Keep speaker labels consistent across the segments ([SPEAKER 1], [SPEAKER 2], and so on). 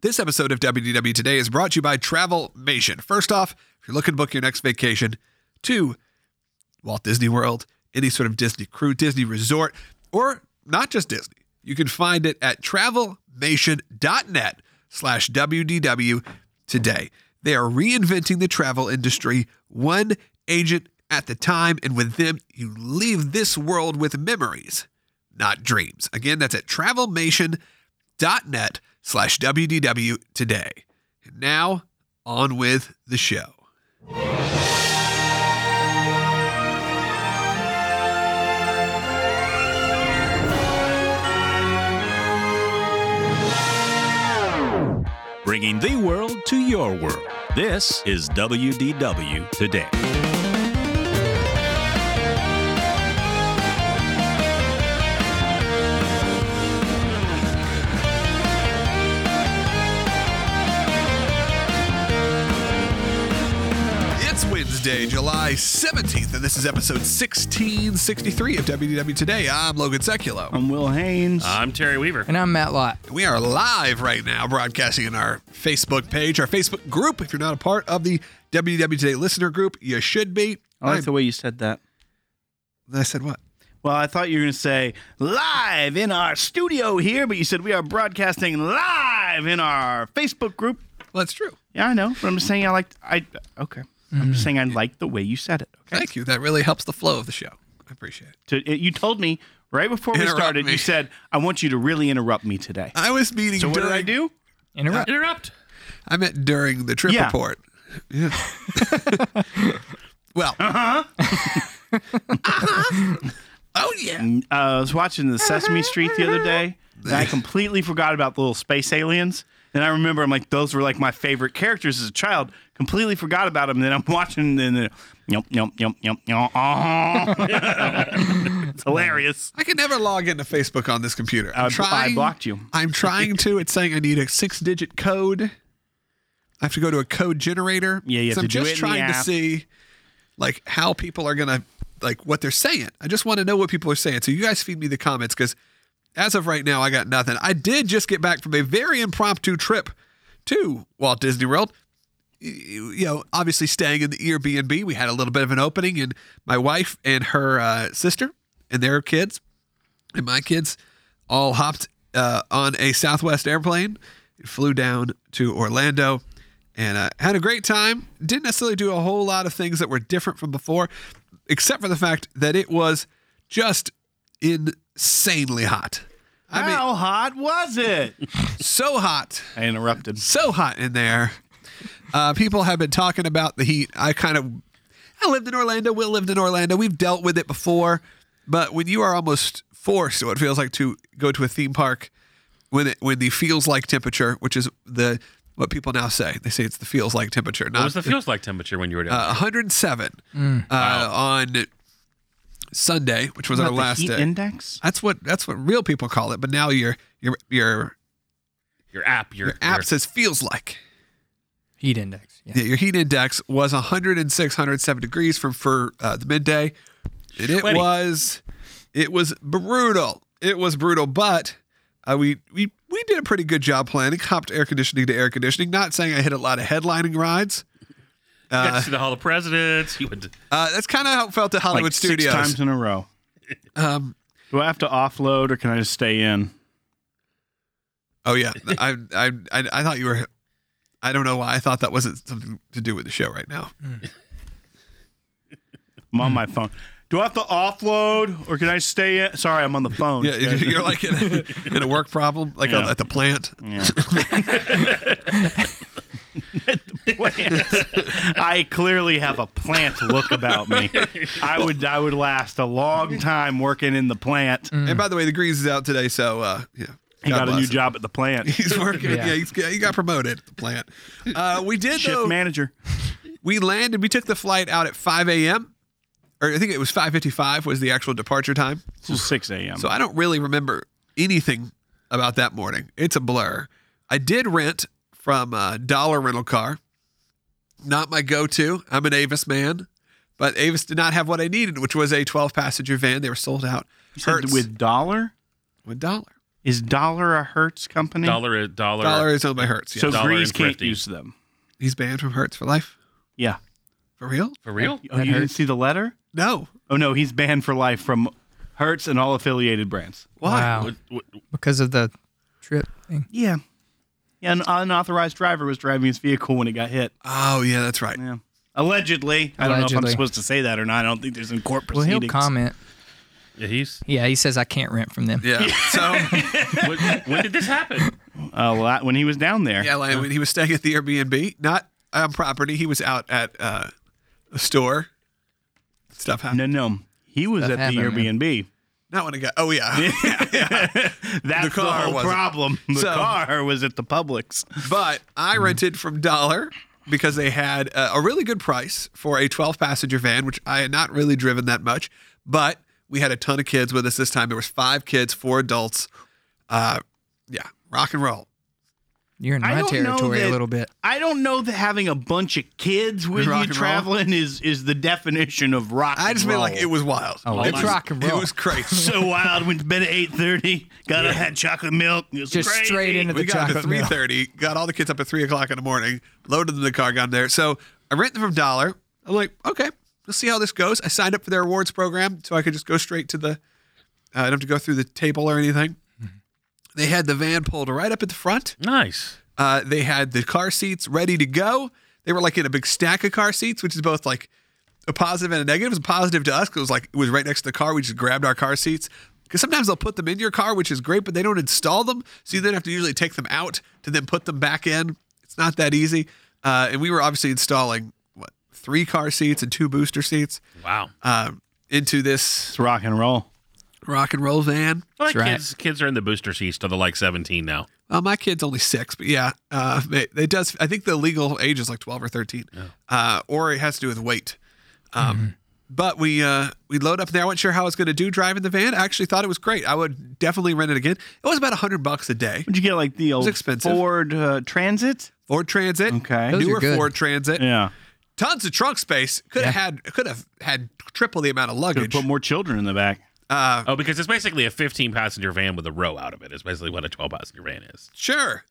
[SPEAKER 1] This episode of WDW Today is brought to you by Travelmation. First off, if you're looking to book your next vacation to Walt Disney World, any sort of Disney crew, Disney resort, or not just Disney, you can find it at travelmation.net slash WDW today. They are reinventing the travel industry one agent at the time, and with them, you leave this world with memories, not dreams. Again, that's at travelmation.net slash WDW today. And now, on with the show.
[SPEAKER 2] bringing the world to your world. This is WDW Today.
[SPEAKER 1] It's Wednesday, July 17th, and this is episode 1663 of WDW Today. I'm Logan Seculo.
[SPEAKER 3] I'm Will Haynes.
[SPEAKER 4] I'm Terry Weaver.
[SPEAKER 5] And I'm Matt Lott.
[SPEAKER 1] We are live right now, broadcasting in our Facebook page, our Facebook group. If you're not a part of the WW Today listener group, you should be.
[SPEAKER 3] I like
[SPEAKER 1] I'm-
[SPEAKER 3] the way you said that.
[SPEAKER 1] I said what?
[SPEAKER 3] Well, I thought you were going to say live in our studio here, but you said we are broadcasting live in our Facebook group.
[SPEAKER 1] Well, that's true.
[SPEAKER 3] Yeah, I know, but I'm just saying I like I okay. I'm just saying I like the way you said it. Okay,
[SPEAKER 1] Thank you. That really helps the flow of the show. I appreciate it.
[SPEAKER 3] To- it- you told me right before we
[SPEAKER 1] Interrupt
[SPEAKER 3] started.
[SPEAKER 1] me.
[SPEAKER 3] You said I want you to really interrupt me today.
[SPEAKER 1] I was meeting
[SPEAKER 3] so what
[SPEAKER 1] during.
[SPEAKER 3] Uh, did I do?
[SPEAKER 5] Interrupt.
[SPEAKER 4] Interrupt.
[SPEAKER 1] I met during the trip
[SPEAKER 3] Yeah.
[SPEAKER 1] report. Yeah. well. Uh huh. Oh yeah.
[SPEAKER 3] Uh, I was watching the Sesame Street the other day, and I completely forgot about the little space aliens. And I remember, I'm like, those were like my favorite characters as a child. Completely forgot about them. And then I'm watching, and then, yum, yum, yum, yum, yum. uh-huh. it's hilarious.
[SPEAKER 1] I can never log into Facebook on this computer. I'm
[SPEAKER 3] Uh, I- I blocked you.
[SPEAKER 1] I'm trying to. It's saying I need a six-digit code. I have to go to a code generator.
[SPEAKER 3] Yeah, you have
[SPEAKER 1] so I'm
[SPEAKER 3] to do
[SPEAKER 1] just
[SPEAKER 3] it in the
[SPEAKER 1] trying to
[SPEAKER 3] app.
[SPEAKER 1] see, like, how people are gonna like what they're saying. I just want to know what people are saying. So you guys feed me the comments because, as of right now, I got nothing. I did just get back from a very impromptu trip to Walt Disney World you know, obviously staying in the Airbnb, we had a little bit of an opening, and my wife and her uh, sister and their kids and my kids all hopped uh, on a Southwest airplane, flew down to Orlando, and uh, had a great time. Didn't necessarily do a whole lot of things that were different from before, except for the fact that it was just insanely hot. I mean,
[SPEAKER 3] How hot was it?
[SPEAKER 1] so hot
[SPEAKER 3] I interrupted.
[SPEAKER 1] so hot in there. Uh, people have been talking about the heat. I kind of, I lived in Orlando. Will lived in Orlando. We've dealt with it before, but when you are almost forced, what it feels like to go to a theme park when it when the feels like temperature, which is the what people now say. They say it's the feels like temperature,
[SPEAKER 4] What
[SPEAKER 1] not
[SPEAKER 4] was the feels like temperature when you were down?
[SPEAKER 1] uh, 107
[SPEAKER 3] Mm.
[SPEAKER 1] uh, on Sunday, which was
[SPEAKER 3] What,
[SPEAKER 1] our
[SPEAKER 3] the
[SPEAKER 1] last
[SPEAKER 3] heat
[SPEAKER 1] day.
[SPEAKER 3] index?
[SPEAKER 1] that's what that's what real people call it. But now your your your
[SPEAKER 4] your app, your,
[SPEAKER 1] app says feels like.
[SPEAKER 5] Heat index. Yeah.
[SPEAKER 1] Yeah, your heat index was 106, 107 degrees from for uh, the midday. And it
[SPEAKER 4] Sweaty.
[SPEAKER 1] was it was brutal. It was brutal, but uh, we we we did a pretty good job planning. Hopped air conditioning to air conditioning. Not saying I hit a lot of headlining rides.
[SPEAKER 4] You got to see the Hall of Presidents. You went to-
[SPEAKER 1] Uh, that's kind of how it felt at Hollywood
[SPEAKER 3] Like six
[SPEAKER 1] Studios.
[SPEAKER 3] times in a row.
[SPEAKER 1] Um,
[SPEAKER 3] Do I have to offload or can I just stay in?
[SPEAKER 1] oh yeah, I, I I I thought you were. I don't know why I thought that wasn't something to do with the show right now.
[SPEAKER 3] I'm
[SPEAKER 1] Hmm.
[SPEAKER 3] on my phone. Do I have to offload or can I stay in? Sorry, I'm on the phone.
[SPEAKER 1] Yeah, you're like in a, in a work problem, like
[SPEAKER 3] Yeah.
[SPEAKER 1] at the plant.
[SPEAKER 3] Yeah. plant. I clearly have a plant look about me. I would I would last a long time working in the plant.
[SPEAKER 1] And by the way, the Grease is out today, so uh, yeah.
[SPEAKER 3] Hmm. He got a
[SPEAKER 1] bless
[SPEAKER 3] new
[SPEAKER 1] him.
[SPEAKER 3] job at the plant.
[SPEAKER 1] He's working. yeah,
[SPEAKER 5] Yeah.
[SPEAKER 1] he's, he got promoted at the plant. Uh, we did though.
[SPEAKER 3] Shift manager.
[SPEAKER 1] We landed. We took the flight out at 5 a.m. Or I think it was 5:55 was the actual departure time.
[SPEAKER 3] This is 6 a.m.
[SPEAKER 1] So I don't really remember anything about that morning. It's a blur. I did rent from a dollar rental car. Not my go-to. I'm an Avis man, but Avis did not have what I needed, which was a 12-passenger van. They were sold out.
[SPEAKER 3] You said
[SPEAKER 1] Hertz
[SPEAKER 3] with dollar?
[SPEAKER 1] with dollar.
[SPEAKER 3] Is Dollar a Hertz company?
[SPEAKER 4] Dollar, a dollar,
[SPEAKER 1] Dollar is owned by Hertz. Yeah.
[SPEAKER 3] so
[SPEAKER 4] Dollar
[SPEAKER 3] Grease
[SPEAKER 4] and
[SPEAKER 3] can't
[SPEAKER 4] Thrifty.
[SPEAKER 3] use them.
[SPEAKER 1] he's banned from Hertz for life.
[SPEAKER 3] Yeah.
[SPEAKER 1] For real?
[SPEAKER 4] for real.
[SPEAKER 3] Oh,
[SPEAKER 5] That
[SPEAKER 3] you didn't
[SPEAKER 5] hurts.
[SPEAKER 3] see the letter?
[SPEAKER 1] No.
[SPEAKER 3] Oh no, he's banned for life from Hertz and all affiliated brands.
[SPEAKER 5] Wow.
[SPEAKER 4] What- what-
[SPEAKER 5] Because of the trip thing.
[SPEAKER 3] Yeah. Yeah, an unauthorized driver was driving his vehicle when it got hit.
[SPEAKER 1] Oh yeah, that's right.
[SPEAKER 3] Yeah. Allegedly. I don't know if I'm
[SPEAKER 5] Allegedly.
[SPEAKER 3] supposed to say that or not. I don't think there's in court
[SPEAKER 5] Well,
[SPEAKER 3] proceedings.
[SPEAKER 5] he'll comment.
[SPEAKER 4] yeah, he's.
[SPEAKER 5] Yeah, he says I can't rent from them.
[SPEAKER 1] Yeah. So
[SPEAKER 4] when, when did this happen?
[SPEAKER 3] a lot Uh, when he was down there.
[SPEAKER 1] yeah, like, when he was staying at the Airbnb, not on property, he was out at uh, a store. Stuff happened.
[SPEAKER 3] No, no. He was
[SPEAKER 5] That
[SPEAKER 3] at the
[SPEAKER 5] happened, man.
[SPEAKER 3] Airbnb.
[SPEAKER 1] Not when it got. Oh yeah.
[SPEAKER 3] That's the,
[SPEAKER 1] car
[SPEAKER 3] whole
[SPEAKER 1] wasn't.
[SPEAKER 3] problem. The
[SPEAKER 1] So-
[SPEAKER 3] car was at the Publix.
[SPEAKER 1] but I rented from Dollar because they had uh, a really good price for a 12 passenger van, which I had not really driven that much. But we had a ton of kids with us this time. There was five kids, four adults. Uh, yeah, rock and roll.
[SPEAKER 5] You're in
[SPEAKER 3] I
[SPEAKER 5] my
[SPEAKER 3] don't know
[SPEAKER 5] territory
[SPEAKER 3] that-
[SPEAKER 5] a little bit.
[SPEAKER 3] I don't know that having a bunch of kids with
[SPEAKER 1] Rock
[SPEAKER 3] you
[SPEAKER 1] and roll?
[SPEAKER 3] traveling is is the definition of rock.
[SPEAKER 1] I just feel
[SPEAKER 3] and roll.
[SPEAKER 1] like it was wild.
[SPEAKER 5] Oh,
[SPEAKER 1] it was,
[SPEAKER 5] it's rock and roll.
[SPEAKER 1] It was crazy.
[SPEAKER 3] so wild. Went to bed at eight thirty. Got a had chocolate milk. It was
[SPEAKER 5] Just
[SPEAKER 3] crazy.
[SPEAKER 5] straight into the
[SPEAKER 1] we got up at
[SPEAKER 5] chocolate
[SPEAKER 1] three
[SPEAKER 5] milk.
[SPEAKER 1] thirty, got all the kids up at three o'clock in the morning, loaded them in the car, got them there. So I rented them from Dollar. I'm like, okay, let's see how this goes. I signed up for their awards program so I could just go straight to the. Uh, I don't have to go through the table or anything.
[SPEAKER 5] Mm-hmm.
[SPEAKER 1] They had the van pulled right up at the front.
[SPEAKER 4] Nice.
[SPEAKER 1] Uh, they had the car seats ready to go. They were like in a big stack of car seats, which is both like a positive and a negative. It was a positive to us 'cause it was like it was right next to the car. We just grabbed our car seats because sometimes they'll put them in your car, which is great, but they don't install them, so you then have to usually take them out to then put them back in. It's not that easy. Uh, and we were obviously installing what three car seats and two booster seats
[SPEAKER 4] Wow.
[SPEAKER 1] um, into this
[SPEAKER 3] It's rock and roll.
[SPEAKER 1] rock and roll van.
[SPEAKER 4] I like
[SPEAKER 5] right.
[SPEAKER 4] kids, kids are in the booster seats till they're like 17 now.
[SPEAKER 1] Uh, my kid's only six, but yeah, uh, it, it does. I think the legal age is like twelve or thirteen, uh, or it has to do with weight. Um,
[SPEAKER 5] Mm-hmm.
[SPEAKER 1] But we uh, we load up there. I wasn't sure how I was going to do driving the van. I actually thought it was great. I would definitely rent it again. It was about hundred bucks a day.
[SPEAKER 3] Would you get like the old
[SPEAKER 1] expensive.
[SPEAKER 3] Ford uh, Transit?
[SPEAKER 1] Ford Transit,
[SPEAKER 3] Okay.
[SPEAKER 5] Those are
[SPEAKER 1] newer
[SPEAKER 5] good.
[SPEAKER 1] Ford Transit,
[SPEAKER 3] Yeah.
[SPEAKER 1] tons of trunk space. Could have had could have had triple the amount of
[SPEAKER 3] Could
[SPEAKER 1] luggage.
[SPEAKER 3] put more children in the back.
[SPEAKER 1] Uh,
[SPEAKER 4] Oh, because it's basically a 15 passenger van with a row out of it. It's basically what a 12 passenger van is.
[SPEAKER 1] Sure.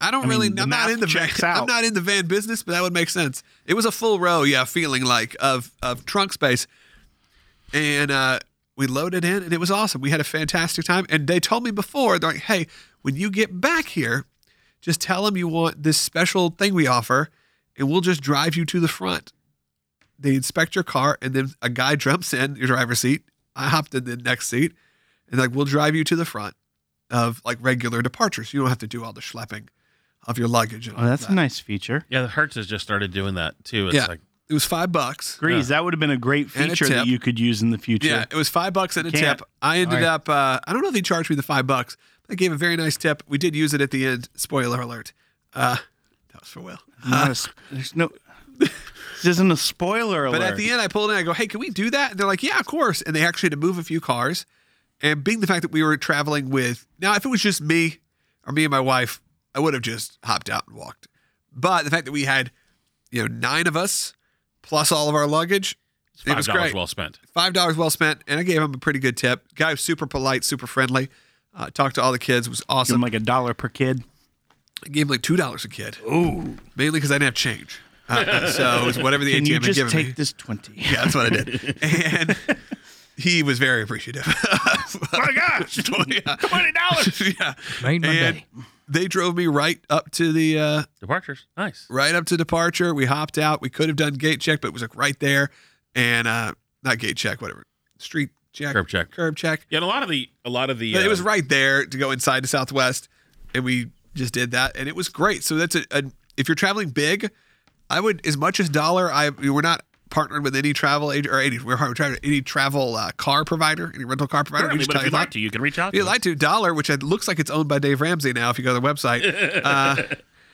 [SPEAKER 1] I don't
[SPEAKER 3] mean,
[SPEAKER 1] really.
[SPEAKER 3] the
[SPEAKER 1] I'm not
[SPEAKER 3] math
[SPEAKER 1] in the van.
[SPEAKER 3] checks
[SPEAKER 1] I'm
[SPEAKER 3] out.
[SPEAKER 1] not in the van business, but that would make sense. It was a full row, yeah, feeling like of of trunk space, and uh, we loaded in, and it was awesome. We had a fantastic time, and they told me before they're like, "Hey, when you get back here, just tell them you want this special thing we offer, and we'll just drive you to the front." They inspect your car, and then a guy jumps in your driver's seat. I hopped in the next seat, and like, "We'll drive you to the front." of like regular departures. You don't have to do all the schlepping of your luggage. And all
[SPEAKER 3] Oh, that's
[SPEAKER 1] that.
[SPEAKER 3] a nice feature.
[SPEAKER 4] Yeah, the Hertz has just started doing that too. It's
[SPEAKER 1] Yeah.
[SPEAKER 4] like,
[SPEAKER 1] It was five bucks.
[SPEAKER 3] Grease, that would have been a great
[SPEAKER 1] And a
[SPEAKER 3] feature that
[SPEAKER 1] tip.
[SPEAKER 3] you could use in the future.
[SPEAKER 1] Yeah, it was five bucks and a
[SPEAKER 3] Can't.
[SPEAKER 1] tip. I ended
[SPEAKER 5] right.
[SPEAKER 1] up. Uh, I don't know if he charged me the five bucks. But I gave a very nice tip. We did use it at the end. Spoiler alert. Uh, that was for Will.
[SPEAKER 3] Not a s- there's no. This isn't a spoiler alert.
[SPEAKER 1] But at the end, I pulled in. I go, "Hey, can we do that?" And they're like, "Yeah, of course." And they actually had to move a few cars. And being the fact that we were traveling with now, if it was just me or me and my wife, I would have just hopped out and walked. But the fact that we had, you know, nine of us plus all of our luggage,
[SPEAKER 4] it's
[SPEAKER 1] it was
[SPEAKER 4] $5
[SPEAKER 1] great.
[SPEAKER 4] well spent.
[SPEAKER 1] Five dollars well spent, and I gave him a pretty good tip. Guy was super polite, super friendly. Uh, talked to all the kids. was
[SPEAKER 3] Give 'em
[SPEAKER 1] awesome.
[SPEAKER 3] like a dollar per kid.
[SPEAKER 1] I gave him like two dollars a kid. Ooh, mainly because I didn't have change. Uh, so it was whatever the
[SPEAKER 3] Can
[SPEAKER 1] ATM
[SPEAKER 3] you
[SPEAKER 1] had
[SPEAKER 3] just
[SPEAKER 1] given
[SPEAKER 3] take
[SPEAKER 1] me.
[SPEAKER 3] this twenty?
[SPEAKER 1] Yeah, that's what I did. And he was very appreciative. Oh,
[SPEAKER 3] my gosh, twenty dollars.
[SPEAKER 1] yeah.
[SPEAKER 5] Made my
[SPEAKER 1] and
[SPEAKER 5] day.
[SPEAKER 1] they drove me right up to the uh,
[SPEAKER 4] Departures. Nice.
[SPEAKER 1] right up to departure. We hopped out. We could have done gate check, but it was like right there. And uh, not gate check, whatever. Street check.
[SPEAKER 4] Curb check.
[SPEAKER 1] Curb check.
[SPEAKER 4] Yeah, and a lot of the, a lot of the,
[SPEAKER 1] But
[SPEAKER 4] uh,
[SPEAKER 1] it was right there to go inside to Southwest, and we just did that, and it was great. So that's a, a if you're traveling big, I would as much as dollar. I we we're not partnered with any travel agent or any we're hard- we're trying to- any travel uh, car provider, any rental car provider.
[SPEAKER 4] Apparently,
[SPEAKER 1] just tell
[SPEAKER 4] but if
[SPEAKER 1] you
[SPEAKER 4] you'd like
[SPEAKER 1] that.
[SPEAKER 4] to, you can reach out
[SPEAKER 1] If you
[SPEAKER 4] to
[SPEAKER 1] like to dollar, which it looks like it's owned by Dave Ramsey now. If you go to their website,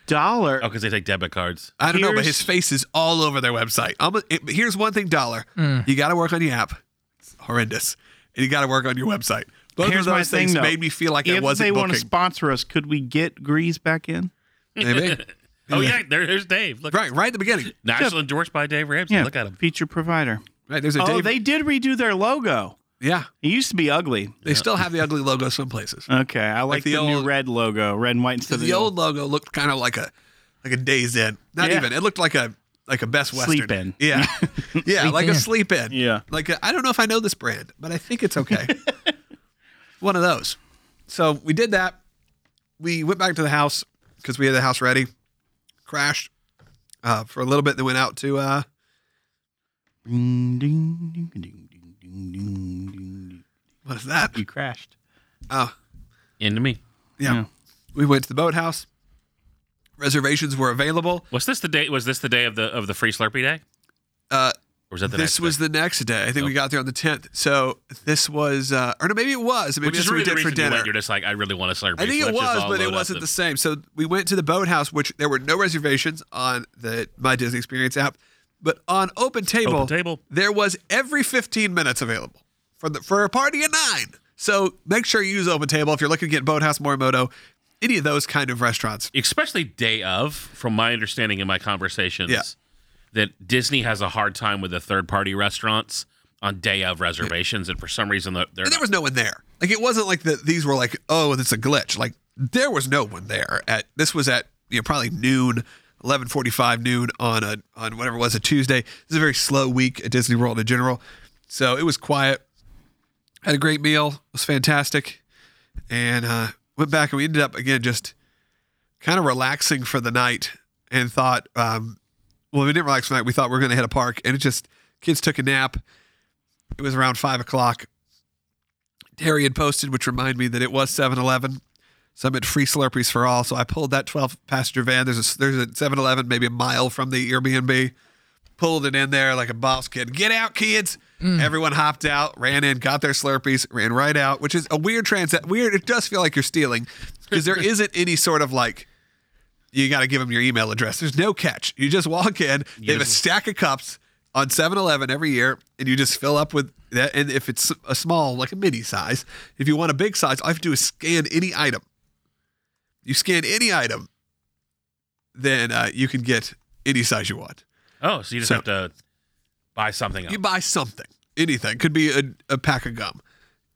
[SPEAKER 3] Dollar.
[SPEAKER 4] us. Oh, because they take debit cards.
[SPEAKER 1] I don't know, but
[SPEAKER 3] Here's-
[SPEAKER 1] his face is all over their website. I'm a, it- here's one thing, dollar.
[SPEAKER 3] Mm.
[SPEAKER 1] You got to work on your app. It's horrendous, and you got to work on your website. Both
[SPEAKER 3] Here's
[SPEAKER 1] of
[SPEAKER 3] my
[SPEAKER 1] those things
[SPEAKER 3] thing though.
[SPEAKER 1] made me feel like
[SPEAKER 3] if
[SPEAKER 1] I wasn't
[SPEAKER 3] they want
[SPEAKER 1] booking.
[SPEAKER 3] to sponsor us, could we get Grease back in?
[SPEAKER 1] Maybe.
[SPEAKER 4] Oh, yeah, there, there's Dave. Look,
[SPEAKER 1] Right, right at the beginning.
[SPEAKER 4] National endorsed by Dave Ramsey.
[SPEAKER 3] Yeah,
[SPEAKER 4] Look at him.
[SPEAKER 3] feature provider.
[SPEAKER 1] Right, there's a
[SPEAKER 3] Oh,
[SPEAKER 1] Dave.
[SPEAKER 3] they did redo their logo.
[SPEAKER 1] Yeah,
[SPEAKER 3] It used to be ugly.
[SPEAKER 1] they still have the ugly logo some places.
[SPEAKER 3] Okay, I like,
[SPEAKER 1] the
[SPEAKER 3] the,
[SPEAKER 1] old-
[SPEAKER 3] new red logo, red and white
[SPEAKER 1] So
[SPEAKER 3] instead of
[SPEAKER 1] the old logo looked kind of like a like a days in. Not
[SPEAKER 3] Yeah.
[SPEAKER 1] even. It looked like a like a Best Western.
[SPEAKER 3] Sleep in.
[SPEAKER 1] Yeah, yeah,
[SPEAKER 5] Sleep
[SPEAKER 1] like a
[SPEAKER 5] in.
[SPEAKER 1] sleep in.
[SPEAKER 3] Yeah.
[SPEAKER 1] like I I don't know if I know this brand, but I think it's okay. One of those. So we did that. We went back to the house because we had the house ready. Crashed uh, for a little bit. Then went out to uh,
[SPEAKER 3] Ding, ding, ding, ding, ding, ding, ding, ding.
[SPEAKER 1] what is that?
[SPEAKER 3] You crashed.
[SPEAKER 1] Oh,
[SPEAKER 4] Into me.
[SPEAKER 1] yeah.
[SPEAKER 3] Yeah.
[SPEAKER 1] We went to the boathouse. Reservations were available.
[SPEAKER 4] Was this the day? Was this the day of the of the free Slurpee day?
[SPEAKER 1] Uh,
[SPEAKER 4] Or was that the
[SPEAKER 1] this
[SPEAKER 4] next
[SPEAKER 1] was
[SPEAKER 4] day? Oh.
[SPEAKER 1] the next day. I think we got there on the tenth. So this was, uh, or no, maybe it was. Maybe
[SPEAKER 4] which
[SPEAKER 1] that's
[SPEAKER 4] is
[SPEAKER 1] what we
[SPEAKER 4] really the
[SPEAKER 1] did for
[SPEAKER 4] reason you
[SPEAKER 1] dinner.
[SPEAKER 4] went. You're just like, I really want a Slurpee.
[SPEAKER 1] I think
[SPEAKER 4] so
[SPEAKER 1] it
[SPEAKER 4] let's just
[SPEAKER 1] was,
[SPEAKER 4] all
[SPEAKER 1] but it
[SPEAKER 4] load up
[SPEAKER 1] wasn't the same. So we went to the Boathouse, which there were no reservations on the My Disney Experience app, but on Open Table,
[SPEAKER 4] Open Table.
[SPEAKER 1] there was every 15 minutes available for the for a party of nine. So make sure you use Open Table if you're looking to get Boathouse, Morimoto, any of those kind of restaurants.
[SPEAKER 4] especially day of, from my understanding in my conversations,
[SPEAKER 1] Yeah.
[SPEAKER 4] that Disney has a hard time with the third party restaurants on day of reservations, and for some reason they're, they're
[SPEAKER 1] And there was no one there. Like it wasn't like that. These were like, oh, it's a glitch. Like there was no one there. At this was at you know probably noon, eleven forty-five noon on a on whatever it was a Tuesday. This is a very slow week at Disney World in general, so it was quiet. Had a great meal. It was fantastic, and uh, went back and we ended up again just kind of relaxing for the night and thought, um, well, we didn't relax for the night. We thought we were going to hit a park, and it just kids took a nap. It was around five o'clock. Terry had posted, which reminded me that it was 7 Eleven. So I'm at free Slurpees for all. So I pulled that 12 passenger van. There's a there's a 7 Eleven, maybe a mile from the Airbnb. Pulled it in there like a boss kid. Get out, kids. Everyone hopped out, ran in, got their Slurpees, ran right out, which is a weird transact. Weird. It does feel like you're stealing because there isn't any sort of like, you got to give them your email address. There's no catch. You just walk in, they have a stack of cups on 7 Eleven every year, and you just fill up with that. And if it's a small, like a mini size, if you want a big size, all you have to do is scan any item. You scan any item, then uh, you can get any size you want.
[SPEAKER 4] oh, so you just
[SPEAKER 1] So-
[SPEAKER 4] have to buy something up.
[SPEAKER 1] You buy something, anything. Could be a, a pack of gum,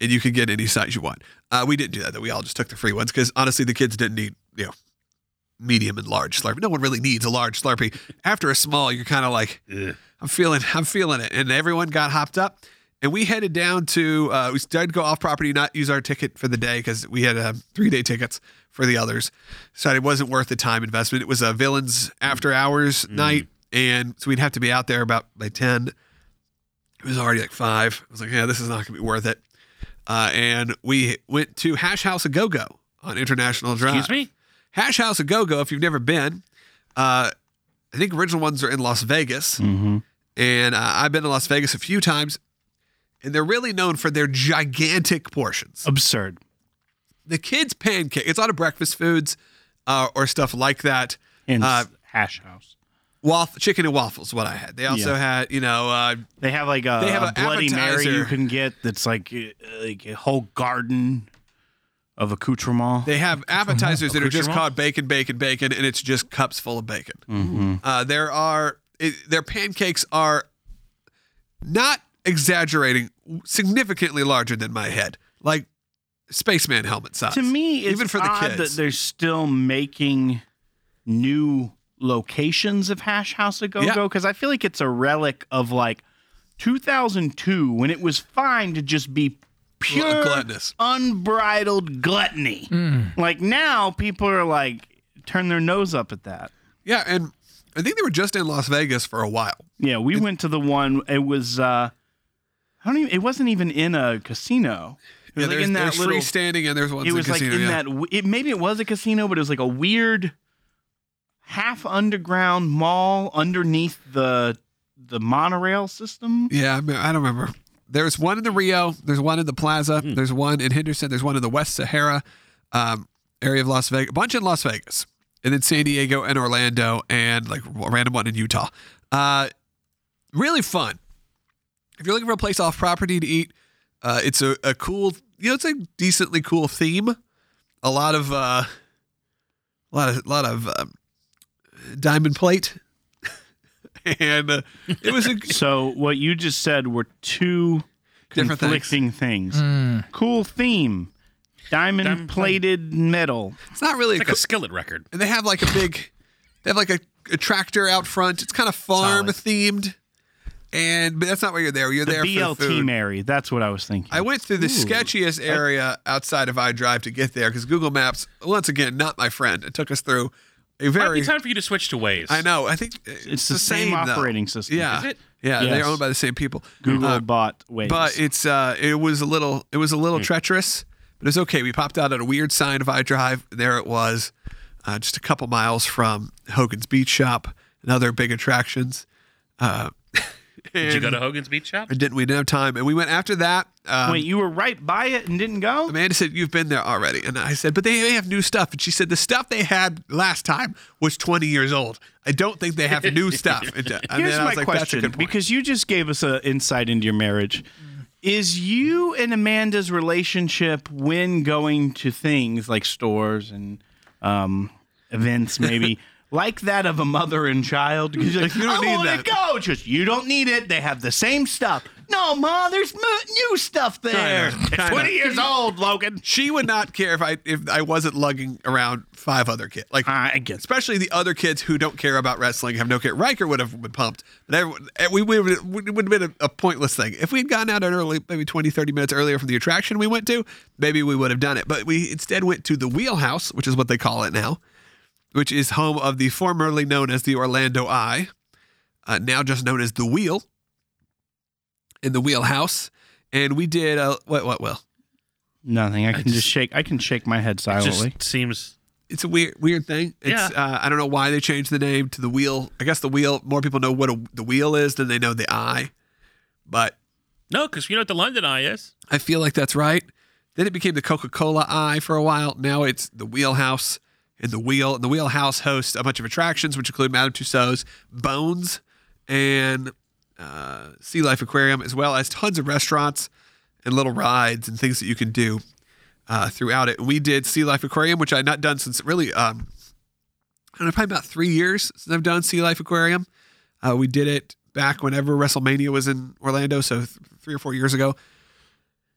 [SPEAKER 1] and you can get any size you want. Uh, we didn't do that, though. We all just took the free ones because honestly, the kids didn't need, you know, medium and large Slurpee. No one really needs a large Slurpee. After a small, you're kind of like,
[SPEAKER 4] Ugh.
[SPEAKER 1] I'm feeling, I'm feeling it. And everyone got hopped up. And we headed down to, uh, we started to go off property, not use our ticket for the day because we had uh, three day tickets for the others. So it wasn't worth the time investment. It was a villains after hours night. And so we'd have to be out there about by 10. It was already like five. I was like, yeah, this is not going to be worth it. Uh, and we went to Hash House a Go Go on International Drive.
[SPEAKER 4] Excuse me.
[SPEAKER 1] Hash House a Go Go, if you've never been, uh, I think original ones are in Las Vegas. And uh, I've been to Las Vegas a few times, and they're really known for their gigantic portions.
[SPEAKER 3] Absurd.
[SPEAKER 1] The kids' pancake, it's a lot of breakfast foods uh, or stuff like that.
[SPEAKER 3] And
[SPEAKER 1] Uh,
[SPEAKER 3] hash house.
[SPEAKER 1] Waff- chicken and waffles, is what I had. They also
[SPEAKER 3] Yeah.
[SPEAKER 1] had, you know, uh,
[SPEAKER 3] They have like a,
[SPEAKER 1] They have
[SPEAKER 3] a
[SPEAKER 1] an
[SPEAKER 3] Bloody Mary
[SPEAKER 1] appetizer.
[SPEAKER 3] you can get that's like uh, like a whole garden of accoutrement.
[SPEAKER 1] They have appetizers that are just
[SPEAKER 4] Accoutrement?
[SPEAKER 1] called bacon, bacon, bacon, and it's just cups full of bacon.
[SPEAKER 3] Mm-hmm.
[SPEAKER 1] Uh, there are it, their pancakes are not exaggerating, significantly larger than my head, like spaceman helmet size.
[SPEAKER 3] to me, it's
[SPEAKER 1] even for the
[SPEAKER 3] odd
[SPEAKER 1] kids,
[SPEAKER 3] that they're still making new locations of Hash House a Go
[SPEAKER 1] Yeah.
[SPEAKER 3] Go because I feel like it's a relic of like 2002 when it was fine to just be pure
[SPEAKER 1] gluttonous.
[SPEAKER 3] unbridled gluttony. Like now, people are like turn their nose up at that.
[SPEAKER 1] yeah, and I think they were just in Las Vegas for a while.
[SPEAKER 3] Yeah, we went to the one. It was uh, I don't even. It wasn't even in a casino. It was
[SPEAKER 1] Yeah,
[SPEAKER 3] like
[SPEAKER 1] there's,
[SPEAKER 3] in that
[SPEAKER 1] there's
[SPEAKER 3] little
[SPEAKER 1] freestanding and there's ones
[SPEAKER 3] it
[SPEAKER 1] in
[SPEAKER 3] was
[SPEAKER 1] casino.
[SPEAKER 3] like in
[SPEAKER 1] yeah.
[SPEAKER 3] that w- it, maybe it was a casino but it was like a weird half underground mall underneath the the monorail system
[SPEAKER 1] Yeah, I, me- I don't remember. There's one in the Rio. There's one in the Plaza.
[SPEAKER 4] Hmm.
[SPEAKER 1] There's one in Henderson. There's one in the West Sahara um, area of Las Vegas. A bunch in Las Vegas, and then San Diego and Orlando, and like a random one in Utah. Uh, really fun. If you're looking for a place off property to eat, uh, it's a, a cool, you know, it's a decently cool theme. A lot of, uh, a lot of, a lot of um, diamond plate, and uh, it was a
[SPEAKER 3] so what you just said were two
[SPEAKER 1] Different things.
[SPEAKER 3] conflicting things. Cool theme. Diamond, plated metal.
[SPEAKER 1] It's not really a
[SPEAKER 4] It's like
[SPEAKER 1] co-
[SPEAKER 4] a skillet record.
[SPEAKER 1] and they have like a big they have like a, a tractor out front it's kind of farm themed and but that's not why you're there you're
[SPEAKER 3] The
[SPEAKER 1] there
[SPEAKER 3] BLT
[SPEAKER 1] for the food
[SPEAKER 3] Mary. That's what I was thinking.
[SPEAKER 1] i went through the sketchiest area outside of i drive to get there because google maps once again not my friend it took us through a
[SPEAKER 4] Might be
[SPEAKER 1] very
[SPEAKER 4] time for you to switch to Waze.
[SPEAKER 1] i know i think it's,
[SPEAKER 3] the same
[SPEAKER 1] though.
[SPEAKER 3] operating system.
[SPEAKER 1] yeah
[SPEAKER 4] Is it?
[SPEAKER 1] yeah they're
[SPEAKER 3] Yes.
[SPEAKER 1] owned by the same people
[SPEAKER 3] Google
[SPEAKER 1] Uh,
[SPEAKER 3] bought Waze.
[SPEAKER 1] but it's uh it was a little it was a
[SPEAKER 3] Hmm.
[SPEAKER 1] little treacherous but it's okay we popped out at a weird sign of i drive there it was uh, just a couple miles from hogan's beach shop and other big attractions uh
[SPEAKER 4] Did you
[SPEAKER 1] and-
[SPEAKER 4] go to Hogan's Beach Shop?
[SPEAKER 1] and didn't we didn't have time and we went after that um,
[SPEAKER 3] Wait, you were right by it and didn't go?
[SPEAKER 1] amanda said you've been there already and i said but they, they have new stuff and she said the stuff they had last time was 20 years old i don't think they have new stuff and, uh, and
[SPEAKER 3] Here's
[SPEAKER 1] then I
[SPEAKER 3] my
[SPEAKER 1] was like, That's a
[SPEAKER 3] question
[SPEAKER 1] good point.
[SPEAKER 3] because you just gave us an insight into your marriage. Is you and Amanda's relationship when going to things like stores and um, events, maybe like that of a mother and child? 'Cause you're like,
[SPEAKER 1] You don't
[SPEAKER 3] I
[SPEAKER 1] need
[SPEAKER 3] wanna
[SPEAKER 1] that."
[SPEAKER 3] go. Just you don't need it. They have the same stuff. No, ma, there's mo- new stuff there.
[SPEAKER 1] Kinda,
[SPEAKER 3] It's
[SPEAKER 1] kinda.
[SPEAKER 3] Twenty years old, Logan.
[SPEAKER 1] she would not care if i if i wasn't lugging around five other kids like
[SPEAKER 3] I guess.
[SPEAKER 1] especially the other kids who don't care about wrestling, have no care. Riker would have been pumped, but everyone, and we, we would, it would have been a, a pointless thing. If we'd gone out an early, maybe 20, 30 minutes earlier from the attraction we went to, maybe we would have done it. But we instead went to the wheelhouse, which is what they call it now, which is home of the formerly known as the Orlando Eye, uh, now just known as the Wheel, in the wheelhouse. And we did a, what, what, Will?
[SPEAKER 3] Nothing. I can just,
[SPEAKER 4] just-
[SPEAKER 3] shake. I can shake my head silently.
[SPEAKER 4] Just seems
[SPEAKER 1] it's a weird weird thing. It's uh, I don't know why they changed the name to the wheel. I guess the wheel more people know what a, the wheel is than they know the eye. But
[SPEAKER 4] no, because you know what the London Eye is.
[SPEAKER 1] I feel like that's right. Then it became the Coca-Cola Eye for a while. Now it's the Wheelhouse and the Wheel. And the Wheelhouse hosts a bunch of attractions, which include Madame Tussauds, Bones, and uh, Sea Life Aquarium, as well as tons of restaurants and little rides and things that you can do uh, throughout it. We did Sea Life Aquarium, which I had not done since really, um, I don't know, probably about three years since I've done Sea Life Aquarium. Uh, we did it back whenever WrestleMania was in Orlando, so th- three or four years ago.